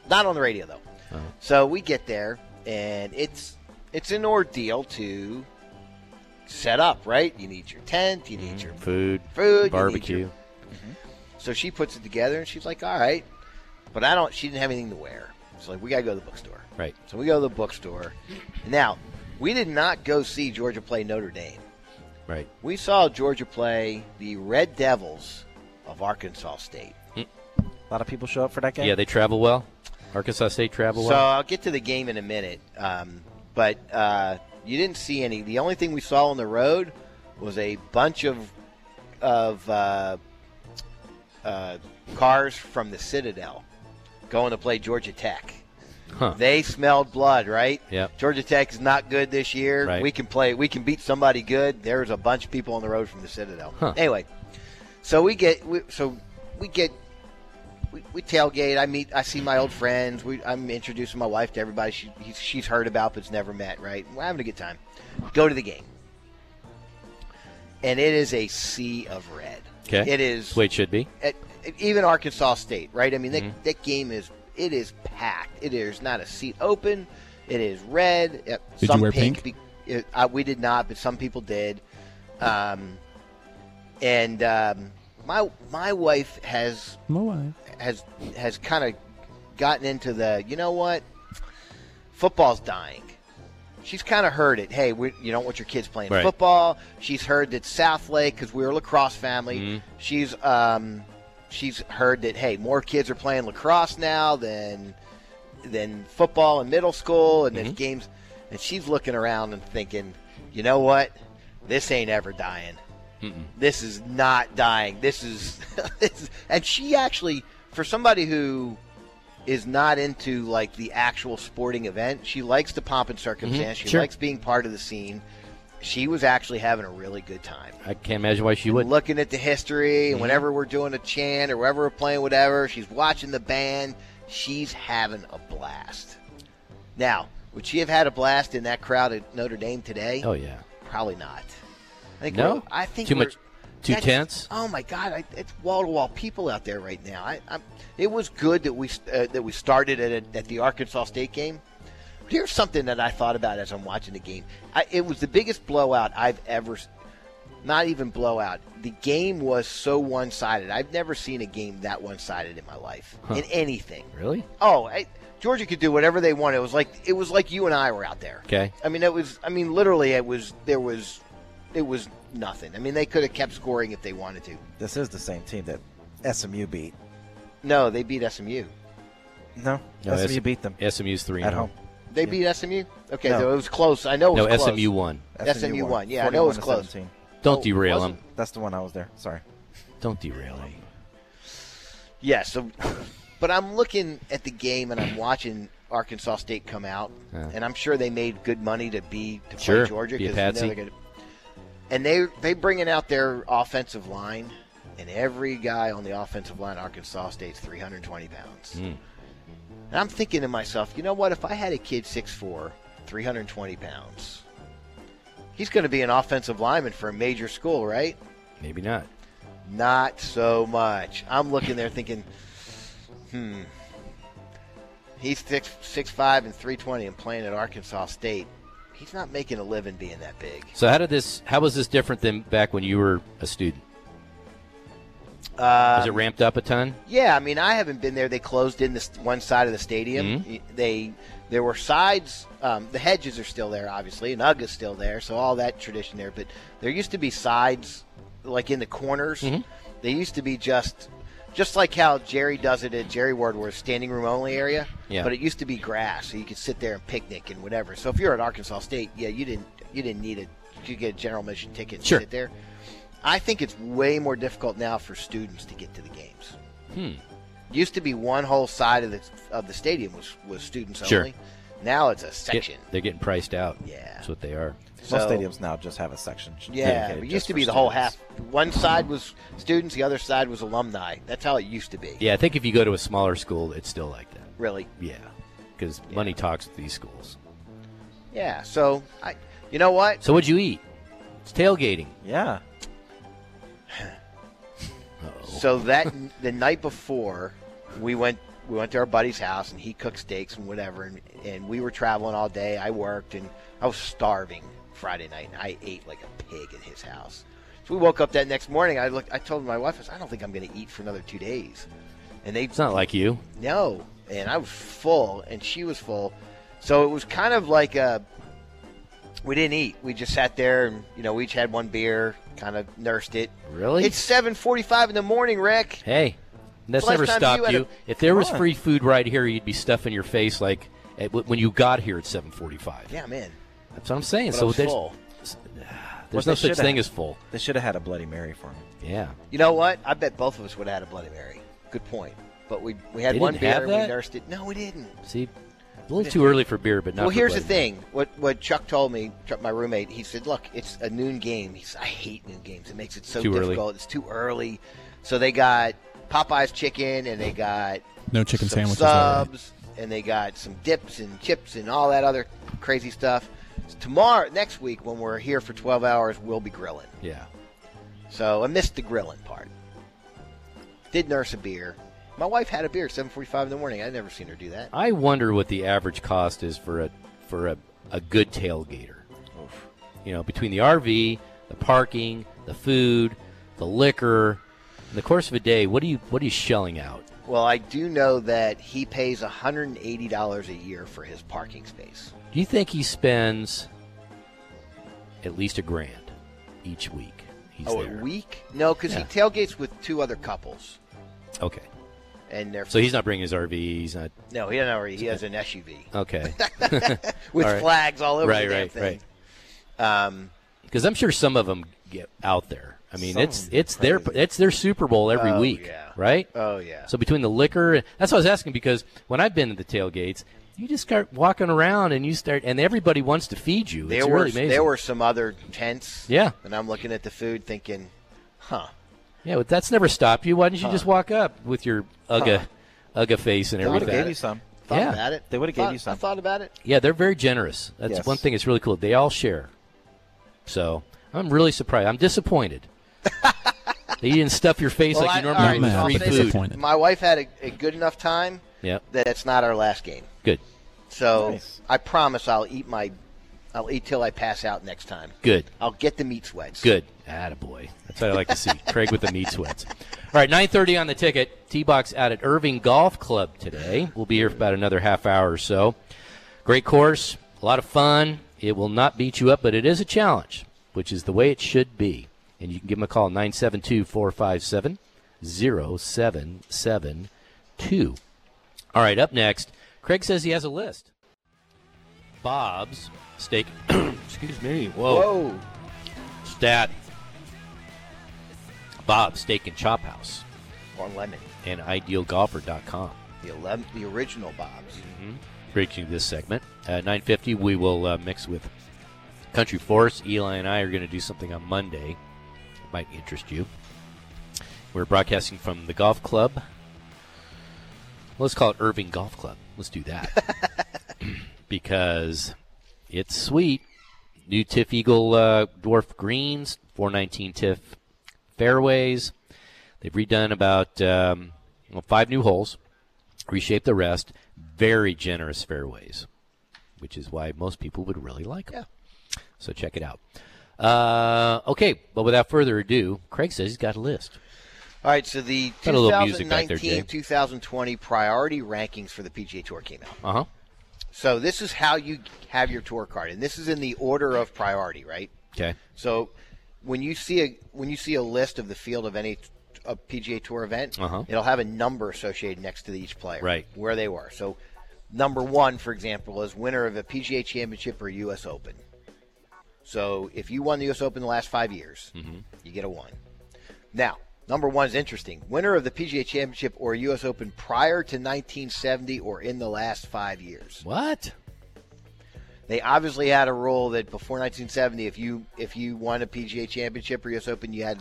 S6: Not on the radio though.
S2: Oh.
S6: So we get there, and it's it's an ordeal to set up. Right? You need your tent. You
S2: Mm-hmm.
S6: need your
S2: Food,
S6: Food, you need
S2: barbecue.
S6: your- So she puts it together and she's like, "All right," but I don't. She didn't have anything to wear, so like we gotta go to the bookstore.
S2: Right.
S6: So we go to the bookstore. Now, we did not go see Georgia play Notre Dame.
S2: Right.
S6: We saw Georgia play the Red Devils of Arkansas State.
S7: A lot of people show up for that game.
S2: Yeah, they travel well. Arkansas State travel
S6: So
S2: well.
S6: I'll get to the game in a minute. Um, but uh, you didn't see any. The only thing we saw on the road was a bunch of of uh, uh, cars from the Citadel going to play Georgia Tech.
S2: Huh.
S6: They smelled blood, right?
S2: Yep.
S6: Georgia Tech is not good this year.
S2: Right.
S6: We can play. We can beat somebody good. There's a bunch of people on the road from the Citadel.
S2: Huh.
S6: Anyway, so we get. We, so we get. We, we tailgate. I meet. I see my old friends. We, I'm introducing my wife to everybody. She, he's, she's heard about but's never met. Right. We're having a good time. Go to the game. And it is a sea of red.
S2: Okay.
S6: It is
S2: That's the way it should be.
S6: at, even Arkansas State, right? I mean, that,
S9: Mm-hmm.
S2: Mhm.
S6: that game is it is packed. It is not a seat open. It is red. Yep,
S9: Did
S6: some
S9: you wear
S6: pink? Be, it, I, we did not, but some people did. Um, and um, my my wife has
S9: My wife.
S6: has has kind of gotten into the you know what football's dying. She's kind of heard it. Hey, we, you don't want your kids playing
S2: Right.
S6: football. She's heard that South Lake, because we're a lacrosse family.
S2: Mhm.
S6: She's um, she's heard that hey, more kids are playing lacrosse now than than football in middle school, and then games. And she's looking around and thinking, you know what, this ain't ever dying this is not dying. This is, this is- and she actually, for somebody who is not into like the actual sporting event, she likes the pomp and circumstance. She
S2: sure.
S6: likes being part of the scene. She was actually having a really good time.
S2: I can't imagine why she would.
S6: Looking at the history, and whenever we're doing a chant or whenever we're playing whatever, she's watching the band. She's having a blast. Now, would she have had a blast in that crowd at Notre Dame today?
S2: Oh yeah.
S6: Probably not. I think
S2: No?
S6: we're- I think
S2: Too
S6: we're-
S2: much- too
S6: that's-
S2: tense?
S6: Oh my God! I, it's wall to wall people out there right now. I, I, it was good that we uh, that we started at, a, at the Arkansas State game. But here's something that I thought about as I'm watching the game. I, it was the biggest blowout I've ever. s- Not even blowout. The game was so one sided. I've never seen a game that one sided in my life in anything.
S2: Really?
S6: Oh, I, Georgia could do whatever they wanted. It was like it was like you and I were out there.
S2: Okay.
S6: I mean, it was. I mean, literally, it was. There was. It was nothing. I mean, they could have kept scoring if they wanted to.
S7: This is the same team that SMU beat.
S6: No, they beat SMU.
S7: No,
S2: No,
S7: SMU
S2: S-
S7: beat them
S2: SMU's three
S7: at
S2: now.
S7: home.
S6: They beat SMU. Okay,
S7: No.
S6: so it was close. I know it
S2: No,
S6: was Oh, close.
S2: SMU won.
S6: SMU won. Yeah, I know it was
S7: 41 to
S6: close.
S7: 17.
S2: Don't
S6: Oh,
S2: derail
S6: was it?
S2: him.
S7: That's the one I was there. Sorry.
S2: Don't derail him.
S6: Yeah. So, but I'm looking at the game and I'm watching Arkansas State come out,
S2: Yeah.
S6: and I'm sure they made good money to be to play
S2: Sure,
S6: Georgia
S2: be a
S6: they know
S2: patsy.
S6: they're gonna- and they they bringing out their offensive line, and every guy on the offensive line, at Arkansas State's 320 pounds.
S2: Hmm.
S6: And I'm thinking to myself, you know what? If I had a kid 6'4", 320 pounds, he's going to be an offensive lineman for a major school, right?
S2: Maybe not.
S6: Not so much. I'm looking there thinking, hmm. He's six six five and three twenty and playing at Arkansas State. He's not making a living being that big.
S2: So how did this? How was this different than back when you were a student?
S6: Uh,
S2: Was it ramped up a ton?
S6: Yeah, I mean, I haven't been there. They closed in this one side of the stadium.
S2: Mm-hmm.
S6: Y- They there were sides. Um, the hedges are still there, obviously, and UGG is still there, so all that tradition there. But there used to be sides, like in the corners.
S2: Mm-hmm.
S6: They used to be just, just like how Jerry does it at Jerry Wardworth, standing room only area.
S2: Yeah.
S6: But it used to be grass, so you could sit there and picnic and whatever. So if you're at Arkansas State, yeah, you didn't you didn't need a you get a general admission ticket and
S2: Sure.
S6: sit there. I think it's way more difficult now for students to get to the games
S2: Hmm.
S6: used to be one whole side of the of the stadium was was students
S2: Sure.
S6: only. Now it's a
S2: Get-
S6: section.
S2: they're getting priced out.
S6: Yeah.
S2: That's what they are.
S6: So-
S7: Most stadiums now just have a section.
S6: yeah,
S7: dedicated
S6: it
S7: just
S6: used to
S7: for
S6: be the whole half.
S7: students.
S6: One side was students, the other side was alumni. That's how it used to be.
S2: Yeah, I think if you go to a smaller school, it's still like that.
S6: Really.
S2: Yeah, because money talks at these schools.
S6: Yeah. So I, you know what?
S2: So what'd you eat? It's tailgating.
S7: Yeah.
S2: Uh-oh.
S6: So that the night before, we went we went to our buddy's house and he cooked steaks and whatever and, and we were traveling all day. I worked and I was starving Friday night and I ate like a pig at his house. So we woke up that next morning. I looked. I told my wife, I, said, I don't think I'm going to eat for another two days. And they
S2: It's not like you.
S6: no, and I was full, and she was full, so it was kind of like a. We didn't eat. We just sat there, and you know, we each had one beer, kind of nursed it.
S2: Really?
S6: It's seven forty-five in the morning, Rick.
S2: Hey, that's
S6: Last
S2: never
S6: time
S2: stopped
S6: you had
S2: you.
S6: a-
S2: If there was
S7: Come on.
S2: free food right here, you'd be stuffing your face like at, when you got here at seven forty-five.
S6: Yeah, man.
S2: That's what I'm saying.
S6: But
S2: so
S6: I'm
S2: there's
S6: full.
S2: there's
S7: What
S2: no
S7: they
S2: such
S7: should
S2: thing
S7: have.
S2: as full.
S7: They should have had a Bloody Mary for me.
S2: Yeah.
S6: You know what? I bet both of us would have had a Bloody Mary. Good point. But we we had
S2: They
S6: one
S2: didn't have
S6: beer, and we
S2: that?
S6: nursed it. No, we didn't.
S2: See, A little too early for beer, but not.
S6: well,
S2: for
S6: here's the
S2: Blade.
S6: thing. What what Chuck told me, Chuck, my roommate, he said, "Look, it's a noon game." He said, "I hate noon games. It makes it so
S2: Too early.
S6: difficult. It's too early." So they got Popeye's chicken, and they got
S9: No chicken
S6: some
S9: sandwiches. alright.
S6: subs, and they got some dips and chips and all that other crazy stuff. Tomorrow, next week, when we're here for 12 hours, we'll be grilling.
S2: Yeah.
S6: So I missed the grilling part. Did nurse a beer. My wife had a beer at 7:45 in the morning. I'd never seen her do that.
S2: I wonder what the average cost is for a for a, a good tailgater. You know, between the RV, the parking, the food, the liquor, in the course of a day, what are you what are you shelling out?
S6: Well, I do know that he pays $180 a year for his parking space.
S2: Do you think he spends at least a grand each week? He's
S6: oh,
S2: there.
S6: a week? No, because
S2: Yeah.
S6: he tailgates with two other couples,
S2: Okay.
S6: and they're
S2: So he's not bringing his RV. He's not.
S6: no, he doesn't already. He has an SUV
S2: Okay.
S6: with
S2: All right.
S6: flags all over
S2: Right,
S6: the damn
S2: right,
S6: thing.
S2: right.
S6: Um,
S2: Because I'm sure some of them get out there. I mean,
S6: Some
S2: it's
S6: of 'em
S2: it's their it's their Super Bowl every
S6: Oh,
S2: week,
S6: yeah.
S2: right?
S6: Oh, yeah.
S2: So between the liquor, that's what I was asking because when I've been to the tailgates, you just start walking around and you start, and everybody wants to feed you.
S6: there
S2: it's
S6: were
S2: really amazing.
S6: there were some other tents.
S2: Yeah.
S6: And I'm looking at the food, thinking, huh?
S2: yeah, but that's never stopped you. Why didn't you just walk up with your ugga ugga face and
S7: They would have
S2: everything?
S7: gave you some.
S6: Thought
S2: Yeah.
S6: about it.
S7: They would've gave
S6: Thought-
S7: you some.
S6: I thought about it.
S2: Yeah, they're very generous. That's
S7: Yes.
S2: one thing that's really cool. They all share. So I'm really surprised. I'm disappointed. that you didn't stuff your face
S6: Well,
S2: like you
S6: I-
S2: normally
S9: all right,
S2: do
S9: I'll say
S2: with free
S9: this.
S2: food.
S9: Disappointed.
S6: My wife had a, a good enough time
S2: Yep.
S6: that it's not our last game.
S2: Good.
S6: So
S7: Nice.
S6: I promise I'll eat my, I'll eat till I pass out next time.
S2: Good.
S6: I'll get the meat sweats.
S2: Good. Attaboy. That's what I like to see. Craig with the meat sweats. All right, 9.30 on the ticket. T-Box out at Irving Golf Club today. We'll be here for about another half hour or so. Great course. A lot of fun. It will not beat you up, but it is a challenge, which is the way it should be. And you can give them a call, 972-457-0772. All right, up next, Craig says he has a list. Bob's Steak. excuse me.
S6: Whoa.
S2: Stat. Bob Steak and Chop House
S6: On lemon.
S2: and IdealGolfer.com.
S6: The, ele- the original Bob's.
S2: Reaching this segment at 9:50, we will uh, mix with Country Forest. Eli and I are going to do something on Monday. Might interest you. We're broadcasting from the golf club. Let's call it Irving Golf Club. Let's do that because it's sweet. New Tiff Eagle uh, Dwarf Greens, 419 Tiff fairways. They've redone about um, well, five new holes, reshaped the rest. Very generous fairways, which is why most people would really like them. So check it out. Uh, okay, but without further ado, Craig says he's got a list.
S6: All right, so the
S2: Got a little music back there,
S6: 2019
S2: Jay.
S6: 2020 priority rankings for the PGA Tour came out.
S2: Uh huh.
S6: So this is how you have your tour card, and this is in the order of priority, right?
S2: Okay.
S6: So when you see a when you see a list of the field of any a PGA Tour event,
S2: Uh-huh.
S6: it'll have a number associated next to each player,
S2: Right.
S6: Where they were. So number one, for example, is winner of a PGA Championship or U.S. Open. So if you won the U.S. Open the last five years,
S2: Mm-hmm.
S6: you get a one. Now. Number one is interesting. Winner of the PGA Championship or U.S. Open prior to 1970 or in the last five years.
S2: What?
S6: They obviously had a rule that before 1970, if you if you won a PGA Championship or U.S. Open, you had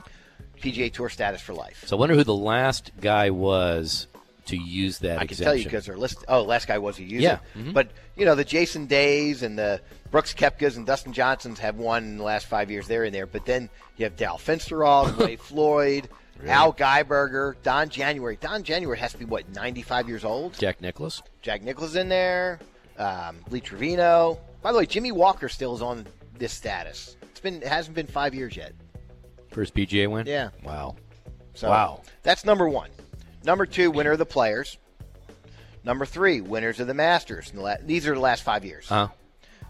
S6: PGA Tour status for life.
S2: So I wonder who the last guy was to use that
S6: I can
S2: exemption.
S6: tell you because they're listed. Oh, last guy was a user.
S2: Yeah. mm-hmm.
S6: But you know the Jason Days and the Brooks Kepkas and Dustin Johnsons have won in the last five years. They're in there. But then you have Dal Finsterall, Ray Floyd, Al Geiberger, Don January. Don January has to be what 95 years old.
S2: Jack Nicholas.
S6: Jack Nichols in there, um, Lee Trevino. By the way, Jimmy Walker still is on this status. It's been it hasn't been five years yet.
S2: First PGA win?
S6: Yeah.
S2: Wow.
S6: So
S2: Wow.
S6: that's number one. Number two, winner of the Players. Number three, winners of the Masters. In the la- These are the last five years.
S2: Huh?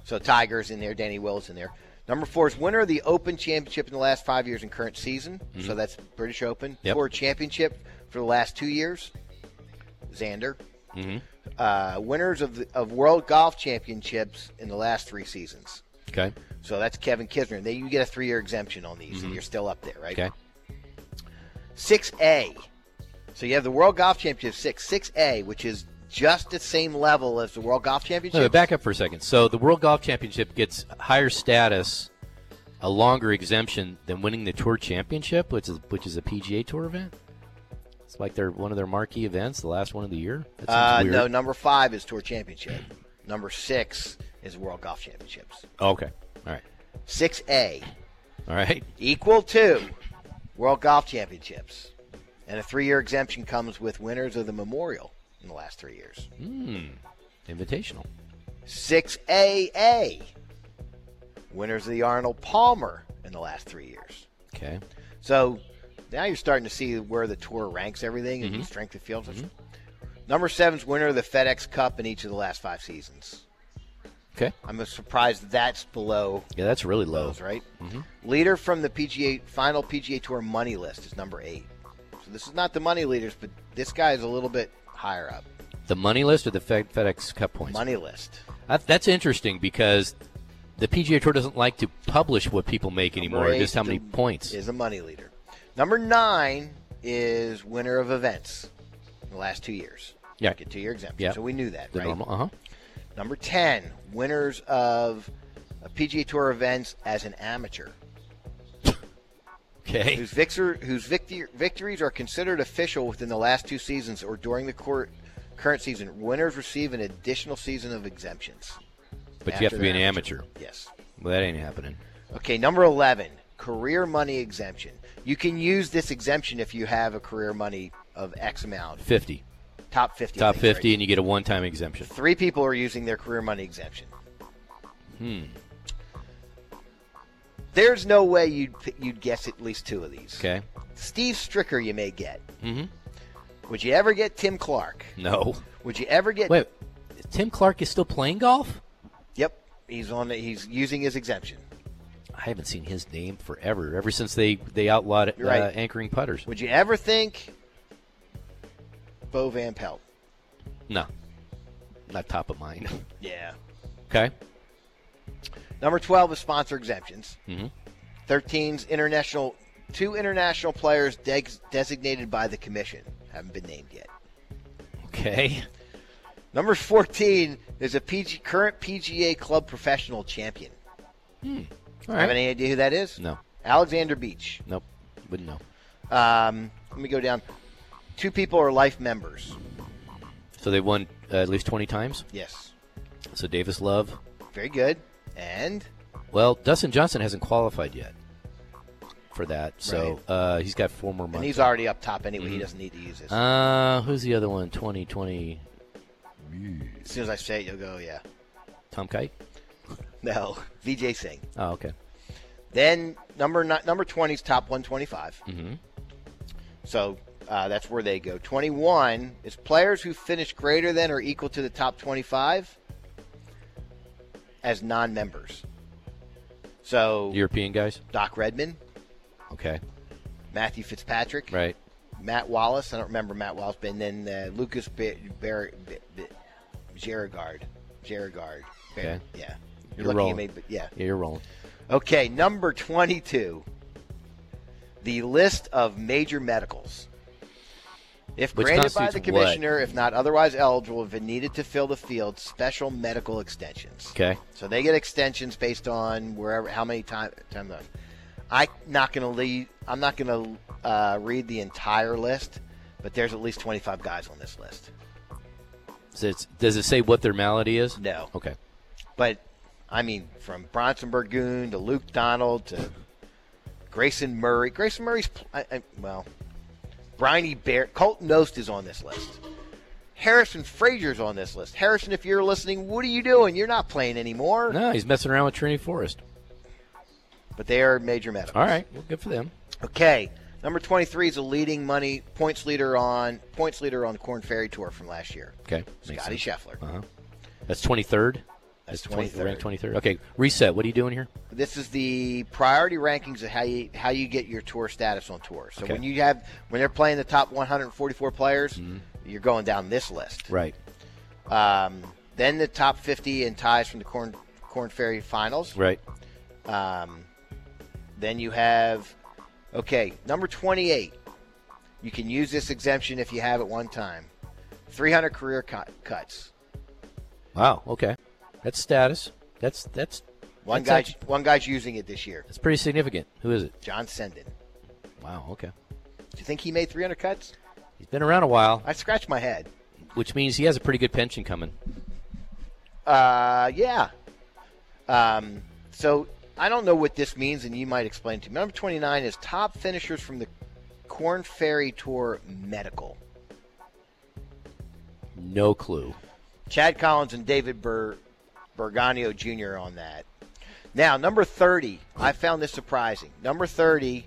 S6: So Tiger's in there, Danny Will's in there. Number four is winner of the Open Championship in the last five years in current season. So that's British Open.
S2: Mm-hmm. Yep.
S6: Tour Championship for the last two years. Xander.
S2: Mhm.
S6: Uh, winners of, the, of World Golf Championships in the last three seasons.
S2: Okay.
S6: So that's Kevin Kisner. Then you get a three year exemption on these, and you're still up there, right?
S2: Mm-hmm. Okay.
S6: 6A. So you have the World Golf Championship 6, 6A, which is just the same level as the World Golf Championship.
S2: Wait, wait, back up for a second. So the World Golf Championship gets higher status, a longer exemption than winning the Tour Championship, which is which is a PGA Tour event. It's like their one of their marquee events, the last one of the year. That seems
S6: Uh,
S2: weird.
S6: no, number five is Tour Championship. Number six is World Golf Championships.
S2: Okay. All right.
S6: Six A
S2: All right.
S6: equal to World Golf Championships, and a three-year exemption comes with winners of the Memorial in the last three years.
S2: Hmm. Invitational.
S6: Six AA winners of the Arnold Palmer in the last three years.
S2: Okay.
S6: So now you're starting to see where the tour ranks everything
S2: Mm-hmm.
S6: and the strength of fields. Number seven's winner of the FedEx Cup in each of the last five seasons.
S2: Okay.
S6: I'm surprised that's below
S2: Yeah, that's really low.
S6: those, right?
S2: Mhm.
S6: Leader from the PGA final PGA Tour money list is number eight. So this is not the money leaders, but this guy is a little bit higher up.
S2: The money list or the Fed- FedEx Cup points?
S6: Money list.
S2: That, that's interesting because the PGA Tour doesn't like to publish what people make anymore,
S6: Number
S2: just how
S6: eight
S2: many
S6: is the-
S2: points.
S6: is a money leader. Number nine is winner of events in the last two years.
S2: Yeah.
S6: Get two year exemption.
S2: Yeah.
S6: So we knew that,
S2: the
S6: right?
S2: normal. Uh huh.
S6: Number 10, winners of uh, PGA Tour events as an amateur.
S2: Okay.
S6: Whose, victor, whose victor, victories are considered official within the last two seasons or during the cor- current season. Winners receive an additional season of exemptions.
S2: But you have
S6: after
S2: to be an
S6: they're
S2: amateur.
S6: Yes.
S2: Well, that ain't happening.
S6: Okay, number 11, career money exemption. You can use this exemption if you have a career money of X amount.
S2: 50.
S6: Top 50. I
S2: Top
S6: think, right?
S2: 50, and you get a one time exemption.
S6: Three people are using their career money exemption.
S2: Hmm.
S6: There's no way you'd, p- you'd guess at least two of these.
S2: Okay.
S6: Steve Stricker, you may get.
S2: Mm
S6: Would you ever get Tim Clark?
S2: hmm. No.
S6: Would you ever get.
S2: Wait, Tim Clark is still playing golf?
S6: Yep. He's on. the- He's using his exemption.
S2: I haven't seen his name forever, ever since they, they outlawed uh,
S6: You're right.
S2: anchoring putters.
S6: Would you ever think Bo Van Pelt?
S2: No. Not top of mind.
S6: Yeah.
S2: okay.
S6: Number 12 is sponsor exemptions.
S2: Mm-hmm.
S6: 13's international. Two international players degs designated by the commission haven't been named yet.
S2: Okay.
S6: Number 14 is a PG, current PGA Club professional champion.
S2: All
S6: Have
S2: right.
S6: any idea who that is?
S2: No.
S6: Alexander Beach.
S2: Nope. Wouldn't know.
S6: Um, let me go down. Two people are life members.
S2: So they won uh, at least 20 times?
S6: Yes.
S2: So Davis Love.
S6: Very good. And
S2: Well, Dustin Johnson hasn't qualified yet for that, so uh, he's got four more
S6: and
S2: months.
S6: he's already up top anyway. He doesn't need to use this.
S2: Uh, who's the other one? 2020
S6: as soon as I say it, you'll go, yeah.
S2: Tom Kite?
S6: No. VJ Singh.
S2: Oh, okay.
S6: Then number ni- number 20's top 125.
S2: hmm
S6: So uh, that's where they go. 21 is players who finish greater than or equal to the top 25 as non members. So
S2: European guys?
S6: Doc Redman,
S2: Okay.
S6: Matthew Fitzpatrick,
S2: Right.
S6: Matt Wallace. I don't remember Matt Wallace, but then uh, Lucas Ber- Ber- Ber- Ber- Gerigard. Gerigard. Ber-
S2: Okay.
S6: Yeah.
S2: You're
S6: You're, looking
S2: rolling.
S6: at me, but yeah.
S2: Yeah, you're rolling.
S6: Okay, number 22. The list of major medicals. If
S2: Which
S6: granted by
S2: constitutes
S6: the
S2: what?
S6: commissioner, if not otherwise eligible, if it needed to fill the field, special medical extensions.
S2: Okay.
S6: So they get extensions based on wherever, how many time times. I'm not going to lead. I'm not going to uh, read the entire list, but there's at least 25 guys on this list.
S2: So it's, does it say what their malady is?
S6: No,
S2: Okay.
S6: but I mean, from Bronson Burgoon to Luke Donald to Grayson Murray. Grayson Murray's pl- I, I, well, Briny Bear. Colton Nost is on this list. Harrison Frazier's on this list. Harrison, if you're listening, what are you doing? You're not playing anymore.
S2: No, he's messing around with Trinity Forest.
S6: But they are major medicals.
S2: All right. Well, good for them.
S6: Okay. Number 23 is a leading money points leader on points leader on the Corn Ferry Tour from last year.
S2: Okay. Makes
S6: Scotty
S2: sense.
S6: Scheffler.
S2: Uh-huh. That's 23rd?
S6: That's
S2: 20 ranked
S6: 23rd.
S2: 23rd. Okay. Reset. What are you doing here?
S6: This is the priority rankings of how you how you get your tour status on tour. So
S2: Okay.
S6: when you have when they're playing the top 144 players, you're going down this list.
S2: Mm-hmm. Right.
S6: Um, then the top 50 and ties from the Corn Corn Ferry Finals.
S2: Right.
S6: Um, then you have, okay, number 28. You can use this exemption if you have it one time. 300 career cut cuts.
S2: Wow. Okay. That's status. That's that's
S6: One
S2: that's
S6: guy,
S2: act-
S6: one guy's using it this year.
S2: that's pretty significant. Who is it?
S6: John Senden. Do
S2: Wow. Okay.
S6: you think he made 300 cuts?
S2: He's been around a while,
S6: I scratched my head.
S2: which means he has a pretty good pension coming.
S6: Uh, yeah. Um, so I don't know what this means, and you might explain to me. Number 29 is top finishers from the Corn Ferry Tour Medical.
S2: No clue.
S6: Chad Collins and David Ber- Berganio Jr. on that. Now, number 30, I found this surprising. Number 30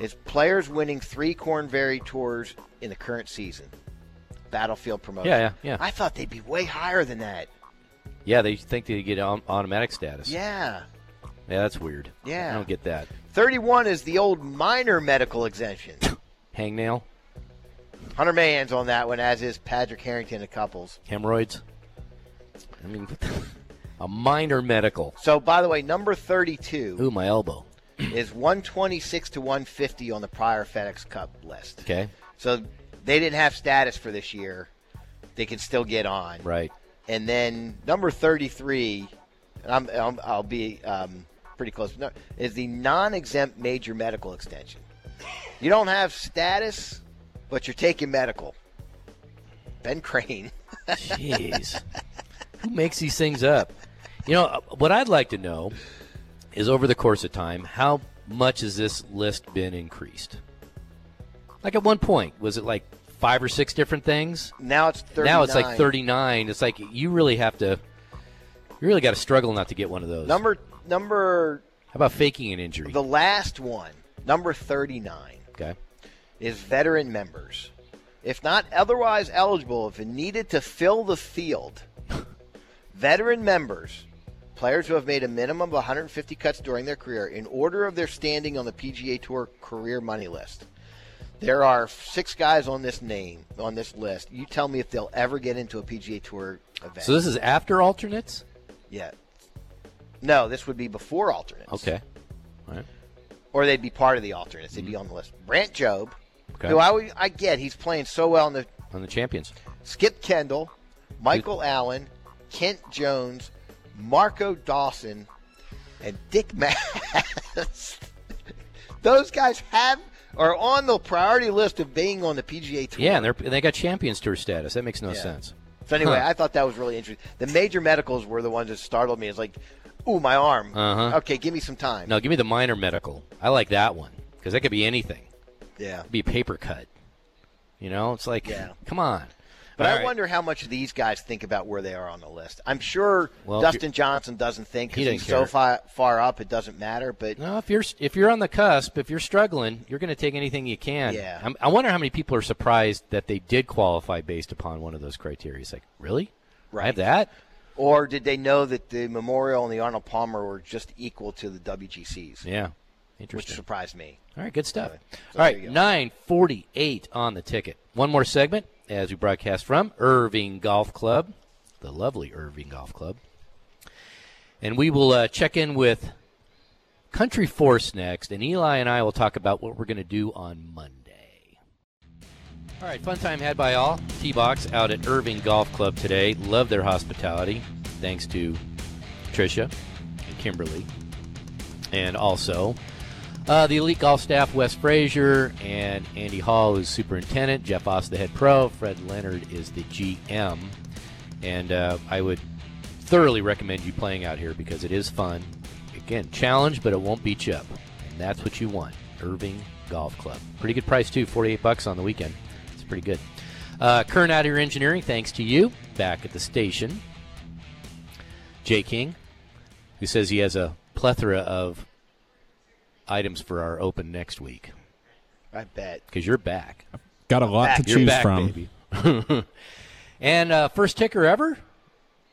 S6: is players winning three Corn Ferry Tours in the current season. Battlefield promotion.
S2: Yeah, yeah, yeah.
S6: I thought they'd be way higher than that.
S2: Yeah, they think they get au- automatic status.
S6: Yeah.
S2: Yeah, that's weird.
S6: Yeah.
S2: I don't get that.
S6: 31 is the old minor medical exemption.
S2: Hangnail,
S6: Hunter Mahan's on that one, as is Patrick Harrington and Couples.
S2: hemorrhoids. I mean, a minor medical.
S6: So, by the way, number 32
S2: Ooh, my elbow.
S6: is 126 to 150 on the prior FedEx Cup list.
S2: Okay.
S6: So they didn't have status for this year. They can still get on.
S2: Right.
S6: And then number 33, and I'm, I'm, I'll be um, pretty close, no, is the non exempt major medical extension. You don't have status, but you're taking medical. Ben Crane.
S2: Jeez. Who makes these things up? You know, uh, what I'd like to know is over the course of time, how much has this list been increased? Like at one point, was it like five or six different things?
S6: Now it's 39.
S2: Now it's like 39. It's like you really have to, you really got to struggle not to get one of those.
S6: Number, number,
S2: How about faking an injury?
S6: the last one, number 39.
S2: okay.
S6: is veteran members. If not otherwise eligible, if needed to fill the field, veteran members, players who have made a minimum of 150 cuts during their career, in order of their standing on the PGA Tour career money list. There are six guys on this name on this list. You tell me if they'll ever get into a PGA Tour event.
S2: So this is after alternates?
S6: yeah. No, this would be before alternates.
S2: Okay. All right.
S6: or they'd be part of the alternates. They'd be on the list. Brant Job,
S2: Okay.
S6: who I, I get, he's playing so well in the
S2: On the champions.
S6: Skip Kendall, Michael Allen, Kent Jones, Marco Dawson, and Dick Mass. Those guys have are on the priority list of being on the PGA Tour.
S2: Yeah, and, they're, and they got champions tour status. That makes no sense.
S6: So anyway,
S2: Huh.
S6: I thought that was really interesting. The major medicals were the ones that startled me. It's like, ooh, my arm.
S2: Uh-huh.
S6: Okay, give me some time.
S2: No, give me the minor medical. I like that one because that could be anything.
S6: Yeah.
S2: It could be a paper cut. You know, it's like,
S6: Yeah.
S2: come on.
S6: But
S2: All
S6: I
S2: right.
S6: wonder how much these guys think about where they are on the list. I'm sure
S2: Well, if
S6: Dustin Johnson doesn't think
S2: He
S6: because
S2: didn't
S6: he's
S2: care.
S6: so far, far up it doesn't matter. But
S2: No, if you're if you're on the cusp, if you're struggling, you're going to take anything you can.
S6: Yeah.
S2: I'm, I wonder how many people are surprised that they did qualify based upon one of those criteria. It's like, really? I have
S6: Right.
S2: that?
S6: Or did they know that the Memorial and the Arnold Palmer were just equal to the WGCs?
S2: Yeah.
S6: Which
S2: Interesting.
S6: surprised me.
S2: All right, good stuff.
S6: So
S2: All
S6: there
S2: right,
S6: you go.
S2: 948 on the ticket. One more segment as we broadcast from Irving Golf Club, the lovely Irving Golf Club. And we will uh, check in with Country Force next, and Eli and I will talk about what we're going to do on Monday. All right, fun time had by all. T Box out at Irving Golf Club today. Love their hospitality. Thanks to Tricia and Kimberly. And also uh, the elite golf staff, Wes Frazier and Andy Hall is superintendent. Jeff Oss, the head pro. Fred Leonard is the GM. And uh, I would thoroughly recommend you playing out here because it is fun. Again, challenge, but it won't beat you up, and that's what you want. Irving Golf Club, pretty good price too, forty-eight bucks on the weekend. It's pretty good. Uh, Kern out here engineering, thanks to you. Back at the station, Jay King, who says he has a plethora of items for our open next week
S6: I bet.
S2: because you're back.
S9: Got a lot
S6: back.
S9: to
S2: You're
S9: choose
S2: back,
S9: from.
S2: baby. and uh, first ticker ever,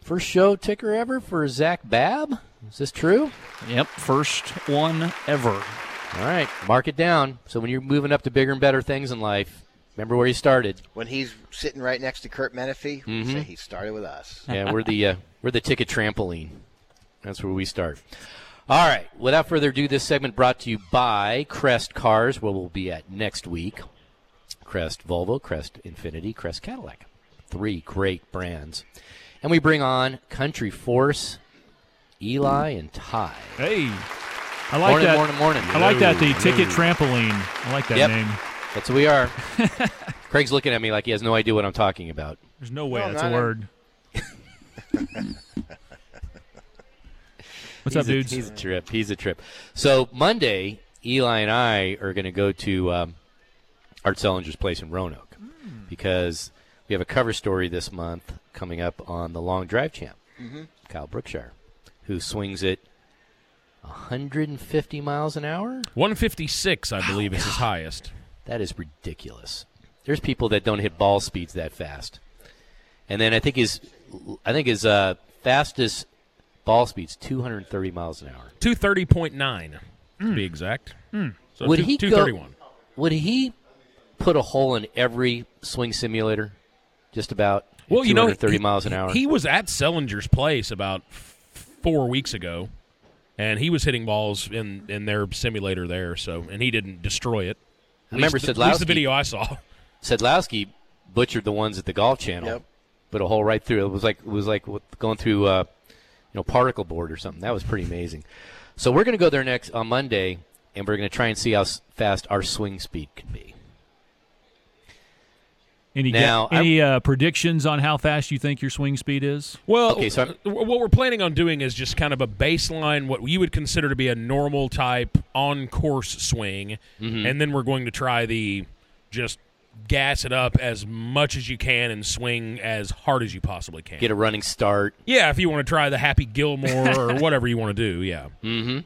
S2: first show ticker ever for Zach Babb. Is this true?
S11: Yep, first one ever.
S2: All right, mark it down. So when you're moving up to bigger and better things in life, remember where you started.
S6: When he's sitting right next to Kurt Menefee, we
S2: Mm-hmm.
S6: say he started with us.
S2: Yeah, we're the uh, we're the ticket trampoline. That's where we start. All right. Without further ado, this segment brought to you by Crest Cars, where we'll be at next week. Crest Volvo, Crest Infinity, Crest Cadillac. three great brands. And we bring on Country Force, Eli, and Ty.
S8: Hey, I like
S2: morning,
S8: that.
S2: Morning, morning.
S8: I like that. The ticket trampoline. I like that
S2: Yep.
S8: name.
S2: That's who we are. Craig's looking at me like he has no idea what I'm talking about.
S8: There's no way
S6: No,
S8: that's
S6: not
S8: a
S6: in-
S8: word. What's
S2: he's
S8: up,
S2: a,
S8: dudes?
S2: He's a trip. He's a trip. So Monday, Eli and I are going to go to um, Art Sellinger's place in Roanoke
S8: Hmm.
S2: because we have a cover story this month coming up on the Long Drive Champ,
S8: Mm-hmm.
S6: Mhm.
S2: Kyle Brookshire, who swings it 150 miles an hour.
S3: 156, I believe, is his highest.
S2: That is ridiculous. There's people that don't hit ball speeds that fast. And then I think his, I think his uh, fastest ball speed's 230 miles an hour.
S3: 230.9, to
S8: Hmm.
S3: be exact. So
S2: would
S3: two-
S2: he go-
S3: 231.
S2: would he put a hole in every swing simulator? Just about. at
S3: Well, you know,
S2: 230
S3: he-
S2: miles an hour.
S3: He was at Sellinger's place about f- four weeks ago, and he was hitting balls in in their simulator there. So, and he didn't destroy it.
S2: I remember
S3: At least- at least the
S2: Sedlowski-
S3: video I saw.
S2: Sedlowski butchered the ones at the golf channel,
S6: Yep.
S2: but a hole right through. It was like it was like what- going through, uh, you know, particle board or something. That was pretty amazing. So we're going to go there next on Monday, and we're going to try and see how s- fast our swing speed can be.
S8: Any gu-
S2: Now, I-
S8: any uh, predictions on how fast you think your swing speed is?
S3: Well,
S2: Okay, so I'm-
S3: uh, what we're planning on doing is just kind of a baseline, what you would consider to be a normal type on course swing,
S6: Mm-hmm.
S2: Mhm.
S3: and then we're going to try the just gas it up as much as you can and swing as hard as you possibly can.
S2: Get a running start.
S3: yeah, if you want to try the Happy Gilmore or whatever you want to do, yeah.
S2: hmm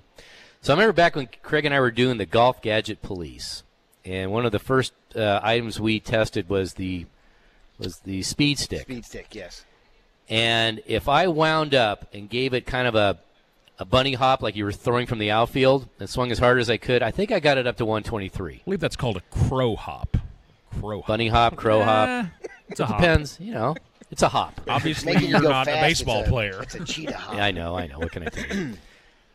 S2: So I remember back when Craig and I were doing the golf gadget police, and one of the first uh, items we tested was the was the speed stick.
S6: Speed stick, yes.
S2: And if I wound up and gave it kind of a a bunny hop like you were throwing from the outfield and swung as hard as I could, I think I got it up to 123.
S3: I believe that's called a crow hop. Crow hop.
S2: Bunny hop, crow
S8: Eh,
S2: hop.
S8: it's
S2: it
S8: a hop.
S2: depends, you know. It's a hop.
S3: Obviously,
S6: Making you
S3: you're
S6: go
S3: not
S6: fast,
S3: a baseball
S6: it's
S3: player.
S6: It's a cheetah hop.
S2: Yeah, I know, I know. What can I tell you?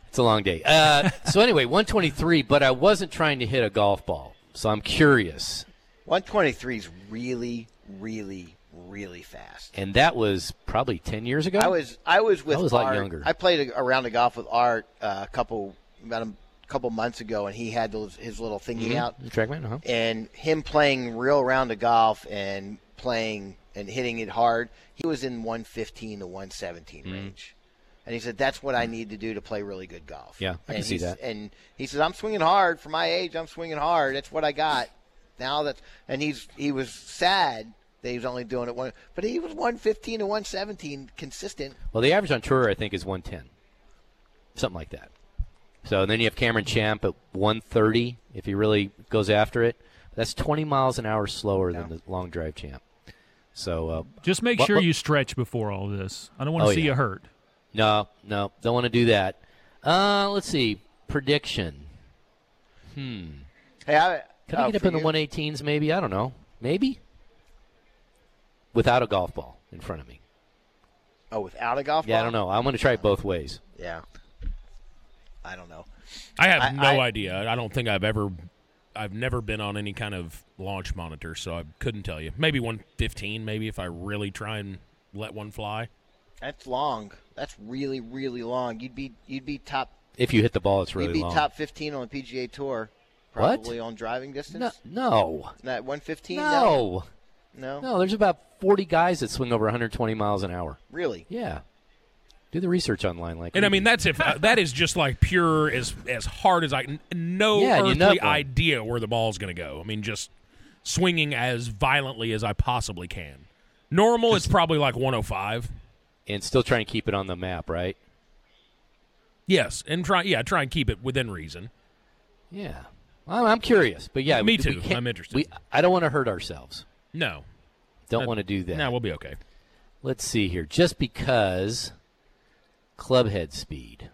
S2: It's a long day. Uh, so anyway, 123, but I wasn't trying to hit a golf ball. So I'm curious.
S6: 123 is really, really, really fast.
S2: And that was probably 10 years ago.
S6: I was I was with
S2: I was a
S6: Art.
S2: lot younger.
S6: I played a, a round of golf with Art uh, a couple about a couple months ago, and he had those, his little thingy
S2: Mhm.
S6: out,
S2: Trackman, huh?
S6: and him playing real round of golf and playing and hitting it hard. He was in 115 to 117
S2: Mm-hmm.
S6: range, and he said that's what I need to do to play really good golf.
S2: Yeah, I can
S6: And
S2: see
S6: he's-
S2: that.
S6: And he says I'm swinging hard for my age. I'm swinging hard. That's what I got. Now that's and he's he was sad. That he was only doing it one, but he was 115 to 117 consistent.
S2: Well, the average on tour, I think, is 110, something like that. So and then you have Cameron Champ at 130 if he really goes after it. That's 20 miles an hour slower than the long drive champ. So uh,
S8: Just make
S2: What-
S8: sure
S2: what-
S8: you stretch before all this. I don't want to
S2: Oh,
S8: see
S2: yeah.
S8: you hurt.
S2: no, no, don't want to do that. Uh, let's see prediction. Hmm,
S6: Hey, I,
S2: can
S6: oh,
S2: I get up
S6: for
S2: in the
S6: you?
S2: 118s? Maybe I don't know. Maybe without a golf ball in front of me.
S6: Oh, without a golf
S2: Yeah, I
S6: ball?
S2: don't know. I'm going to try it both ways.
S6: Yeah. I don't know.
S3: I have
S6: I-
S3: no
S6: I-
S3: idea. I don't think I've ever, I've never been on any kind of launch monitor, so I couldn't tell you. Maybe one fifteen, maybe if I really try and let one fly.
S6: That's long. That's really, really long. You'd be you'd be top
S2: If you hit the ball, it's really
S6: you'd be
S2: long.
S6: top fifteen on the PGA tour.
S2: What?
S6: Probably on driving
S2: no,
S6: distance.
S2: no,
S6: Not one fifteen?
S2: no.
S6: No.
S2: No, there's about 40 guys that swing over 120 miles an hour.
S6: Really?
S2: Yeah. Do the research online, like.
S3: And I
S2: we
S3: mean,
S2: do.
S3: that's if uh, that is just like pure as as hard as I n- no
S2: Yeah, and you nut
S3: earthly
S2: one.
S3: idea where the ball's going to go. I mean, just swinging as violently as I possibly can. Normal it's probably like 105.
S2: and still trying to keep it on the map, right?
S3: Yes, and try yeah, try and keep it within reason.
S2: Yeah. I'm, I'm curious, but yeah, we- we
S3: Me too.
S2: can't-
S3: I'm interested.
S2: We, I don't want to hurt ourselves.
S3: No,
S2: Don't
S3: Uh,
S2: want to do that.
S3: no, we'll be okay.
S2: Let's see here. Just because clubhead speed.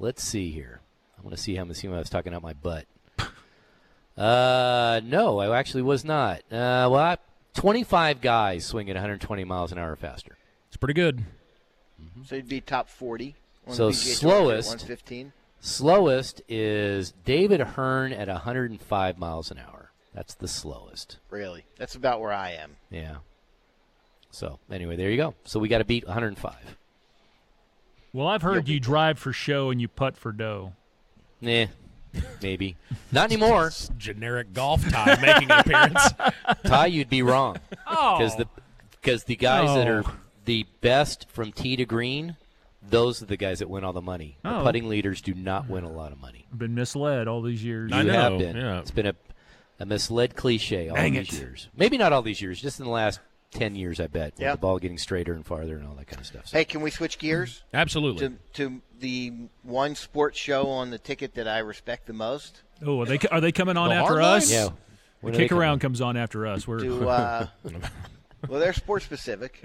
S2: Let's see here. I want to see how much I was talking out my butt. Uh, no, I actually was not. Uh, well, I, 25 guys swing at 120 miles an hour faster.
S3: It's pretty good.
S6: So you'd be top forty on
S2: So
S6: the PGA
S2: slowest-
S6: one fifteen.
S2: Slowest is David Hearn at 105 miles an hour. That's the slowest.
S6: Really. That's about where I am.
S2: Yeah. So anyway, there you go. So we got to beat 105.
S8: Well, I've heard you drive for show and you putt for dough.
S2: Nah, maybe not anymore.
S3: generic golf tie making an appearance.
S2: Ty, you'd be wrong. Because the because the guys that are
S3: Oh.
S2: the best from tee to green, those are the guys that win all the money. The
S8: Oh.
S2: putting leaders do not win a lot of money.
S8: I've been misled all these years.
S2: You have been. It's been a, a misled cliche all
S8: Dang
S2: these
S8: it.
S2: years. Maybe not all these years, just in the last ten years, I bet. with
S6: Yeah.
S2: the ball getting straighter and farther and all that kind of stuff. So,
S6: Hey, can we switch gears?
S3: Absolutely.
S6: To, to the one sports show on the ticket that I respect the most.
S8: Oh, are they are they coming on
S6: The
S8: after
S6: hard
S8: us?
S6: line? Yeah.
S8: The
S6: When are they
S8: kick around comes on after us. We're
S6: Do, uh, well, they're sport specific.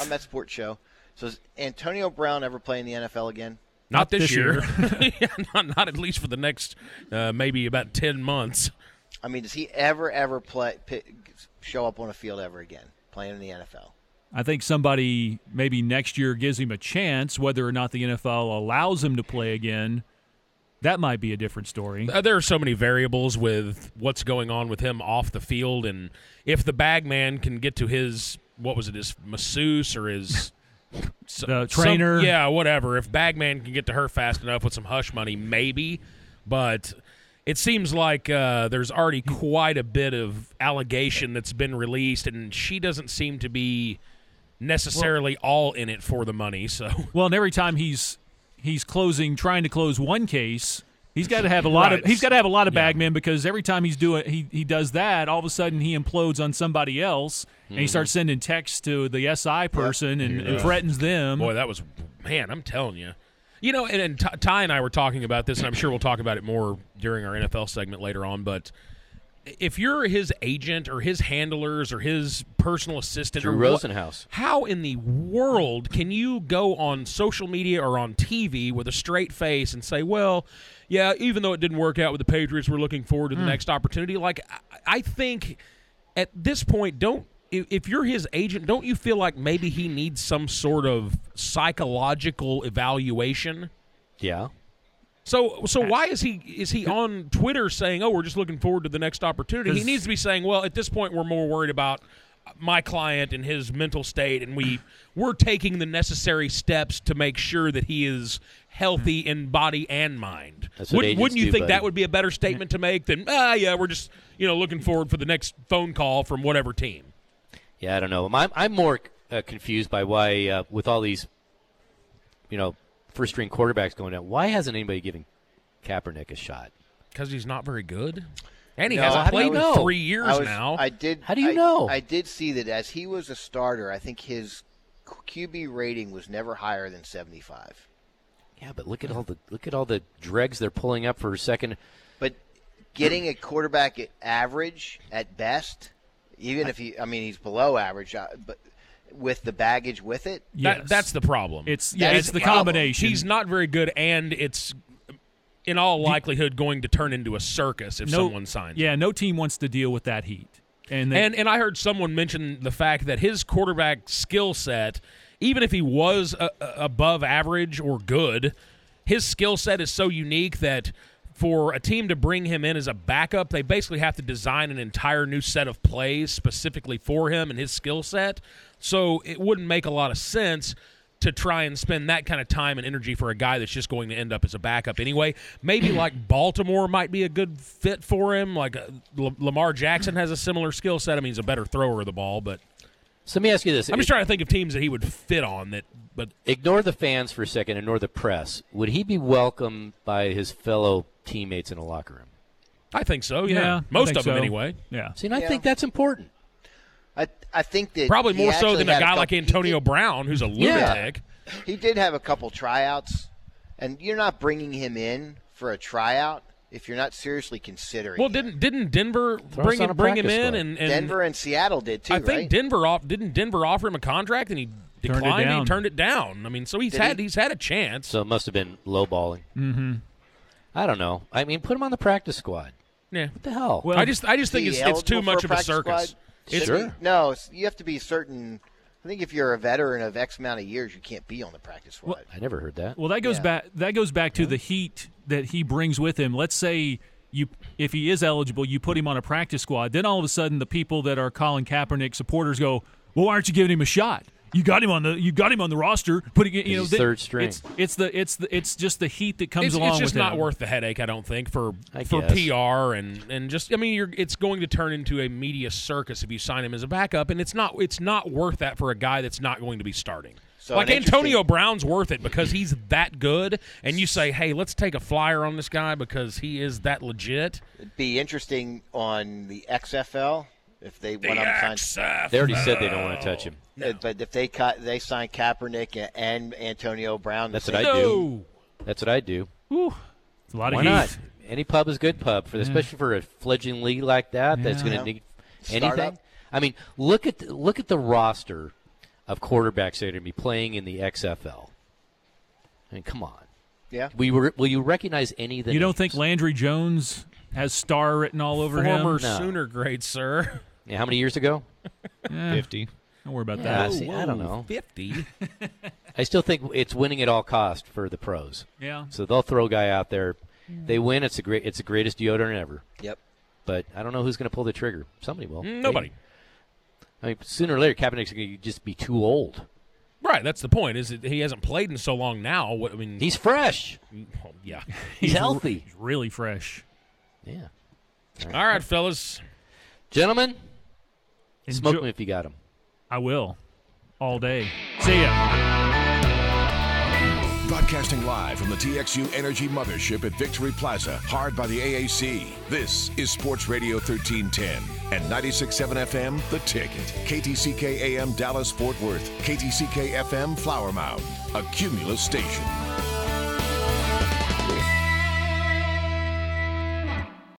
S6: I'm that sports show. So does Antonio Brown ever play in the NFL again?
S3: Not this, year. yeah, not, not at least for the next uh, maybe about 10 months.
S6: I mean, does he ever ever play pi show up on a field ever again playing in the NFL?
S8: I think somebody maybe next year gives him a chance, whether or not the NFL allows him to play again. That might be a different story.
S3: Uh, There are so many variables with what's going on with him off the field, and if the bag man can get to his what was it, his masseuse or his s-
S8: The
S3: some-
S8: trainer.
S3: yeah, whatever. If Bagman can get to her fast enough with some hush money, maybe. But it seems like uh, there's already quite a bit of allegation that's been released, and she doesn't seem to be necessarily all in it for the money. So
S8: Well, and every time he's he's closing, trying to close one case, he's got to have a lot of
S3: Right.
S8: he's got to have a lot of bagmen because every time he's doing he he does that, all of a sudden he implodes on somebody else and he
S3: Mhm.
S8: starts sending texts to the SI person and, and
S3: Yeah.
S8: threatens them.
S3: Boy, that was man. I'm telling you. You know, and, and Ty- Ty and I were talking about this, and I'm sure we'll talk about it more during our NFL segment later on. But if you're his agent or his handlers or his personal assistant,
S2: Drew
S3: or what-
S2: Rosenhaus.
S3: how in the world can you go on social media or on TV with a straight face and say, "Well, yeah, even though it didn't work out with the Patriots, we're looking forward to the
S8: Hmm.
S3: next opportunity"? Like, I, I think at this point, don't i- if you're his agent, don't you feel like maybe he needs some sort of psychological evaluation?
S2: yeah.
S3: So, so why is he is he on Twitter saying, "Oh, we're just looking forward to the next opportunity"? He
S8: 'Cause-
S3: needs to be saying, "Well, at this point, we're more worried about my client and his mental state, and we we're taking the necessary steps to make sure that he is healthy in body and mind."
S2: That's what
S3: Wouldn't-
S2: agents
S3: wouldn't you
S2: do,
S3: think that
S2: buddy.
S3: would be a better statement to make than, "Ah, yeah, we're just you know looking forward for the next phone call from whatever team"?
S2: Yeah, I don't know. I'm I'm more uh, confused by why, uh, with all these, you know, first string quarterbacks going out, why hasn't anybody given Kaepernick a shot?
S3: Because he's not very good, and he
S6: No,
S3: hasn't
S6: I-
S3: played
S6: I was-
S3: in three years
S6: I was-
S3: now.
S6: I did.
S2: How do you
S6: I-
S2: know?
S6: I did see that as he was a starter. I think his QB rating was never higher than 75.
S2: Yeah, but look at all the look at all the dregs they're pulling up for a second.
S6: But getting a quarterback at average at best, even if he, I mean, he's below average, uh, but with the baggage with it,
S8: Yes.
S3: That, that's the problem.
S8: It's-
S3: That
S8: yeah,
S3: is
S8: it's the combination.
S3: He's not very good, and it's in all likelihood going to turn into a circus if someone signs. him.
S8: Yeah, no team wants to deal with that heat. And, they,
S3: And and I heard someone mention the fact that his quarterback skill set, even if he was a, a- above average or good, his skill set is so unique that for a team to bring him in as a backup, they basically have to design an entire new set of plays specifically for him and his skill set. So it wouldn't make a lot of sense to try and spend that kind of time and energy for a guy that's just going to end up as a backup anyway. Maybe like Baltimore might be a good fit for him. Like uh, L- Lamar Jackson has a similar skill set. I mean, he's a better thrower of the ball, but
S2: So let me ask you this:
S3: I'm just trying to think of teams that he would fit on. That, but
S2: Ignore the fans for a second. Ignore the press. Would he be welcomed by his fellow teammates in a locker room?
S3: I think so. Yeah,
S8: Yeah, I
S3: most
S8: think
S3: of them
S8: so.
S3: anyway.
S8: yeah.
S2: See, and I
S6: Yeah.
S2: think that's important.
S6: I, I think that
S3: Probably
S6: he
S3: more so
S6: actually
S3: than a
S6: had
S3: guy
S6: couple-
S3: like
S6: he
S3: Antonio Brown, who's a
S2: Yeah.
S3: lunatic.
S6: did- He did have a couple tryouts, and you're not bringing him in for a tryout if you're not seriously considering.
S3: Well,
S6: it.
S3: didn't didn't Denver
S2: Throw
S3: bring
S2: us on
S3: him,
S2: a
S3: bring him
S2: practice
S3: in
S2: squad.
S3: and, and
S6: Denver and Seattle did too,
S3: I think
S6: right?
S3: Denver off didn't Denver offer him a contract and he
S8: Turned it
S3: declined. and
S8: down.
S3: he turned it down. I mean, so he's
S6: Did
S3: had
S6: he?
S3: he's had a chance.
S2: So it must have been lowballing.
S8: Mm-hmm.
S2: I don't know. I mean, put him on the practice squad.
S3: yeah.
S2: What the hell?
S8: Well,
S3: I just I just think
S6: Is
S3: it's,
S6: he
S3: it's too
S6: eligible for
S3: much of a
S6: practice
S3: circus.
S6: squad?
S3: It's-
S2: Sure.
S6: Shouldn't he- No, it's- you have to be certain. I think if you're a veteran of X amount of years, you can't be on the practice squad.
S2: I never heard that.
S8: Well, that goes
S6: Yeah.
S8: back. That goes back to the heat that he brings with him. Let's say you, if he is eligible, you put him on a practice squad. Then all of a sudden, the people that are Colin Kaepernick supporters go,
S12: Well, why aren't you giving him a shot? You got him on the you got him on the roster. Putting it, you know
S2: he's
S12: they-
S2: third string.
S12: It's, it's the it's the it's just the heat that comes
S8: it's,
S12: along
S8: it's just
S12: with
S8: not
S12: him.
S8: worth the headache, I don't think, for for
S12: guess.
S8: PR and and just I mean, you're it's going to turn into a media circus if you sign him as a backup, and it's not it's not worth that for a guy that's not going to be starting.
S6: So
S8: like
S6: an interesting-
S8: Antonio Brown's worth it because he's that good, and you say, hey, let's take a flyer on this guy because he is that legit.
S6: It'd be interesting on the XFL if they went
S8: The
S6: on
S8: XFL.
S2: They already said they don't want to touch him.
S6: But if they ca- they sign Kaepernick and Antonio Brown, the
S2: That's what
S6: same-
S2: I do. That's what I do.
S12: It's a lot
S2: Why
S12: of heat.
S2: not? Any pub is good pub for,
S12: Yeah.
S2: especially for a fledgling league like that.
S12: Yeah.
S2: That's going
S12: Yeah.
S2: to need
S6: Start
S2: anything.
S6: up.
S2: I mean, look at the, look at the roster of quarterbacks that are going to be playing in the XFL. I mean, come on.
S6: Yeah.
S2: Will you, re- will you recognize any of the
S12: You don't
S2: names?
S12: think Landry Jones has star written all over
S8: Former
S12: him?
S2: No.
S8: Sooner great sir.
S2: Yeah, how many years ago?
S12: Eh, Don't worry about
S2: Yeah,
S12: that.
S2: see, I don't know.
S8: Fifty.
S2: I still think it's winning at all cost for the pros.
S12: Yeah.
S2: So they'll throw a guy out there. They win. It's a great. It's the greatest deodorant ever.
S6: Yep.
S2: But I don't know who's going to pull the trigger. Somebody will.
S8: Nobody.
S2: I mean, sooner or later, Kaepernick's going to just be too old.
S8: Right, that's the point. Is that he hasn't played in so long now? What I mean,
S2: He's fresh.
S8: well, yeah.
S2: He's healthy.
S12: He's really fresh.
S2: Yeah.
S8: All right, fellas.
S2: Gentlemen, smoke
S12: Enjoy-
S2: them if you got them.
S12: I will. All day. See ya.
S3: Broadcasting live from the TXU Energy Mothership at Victory Plaza, hard by the AAC. This is Sports Radio 1310 and 96.7 FM, The Ticket. KTCK AM Dallas Fort Worth, KTCK FM Flower Mound, a cumulus station.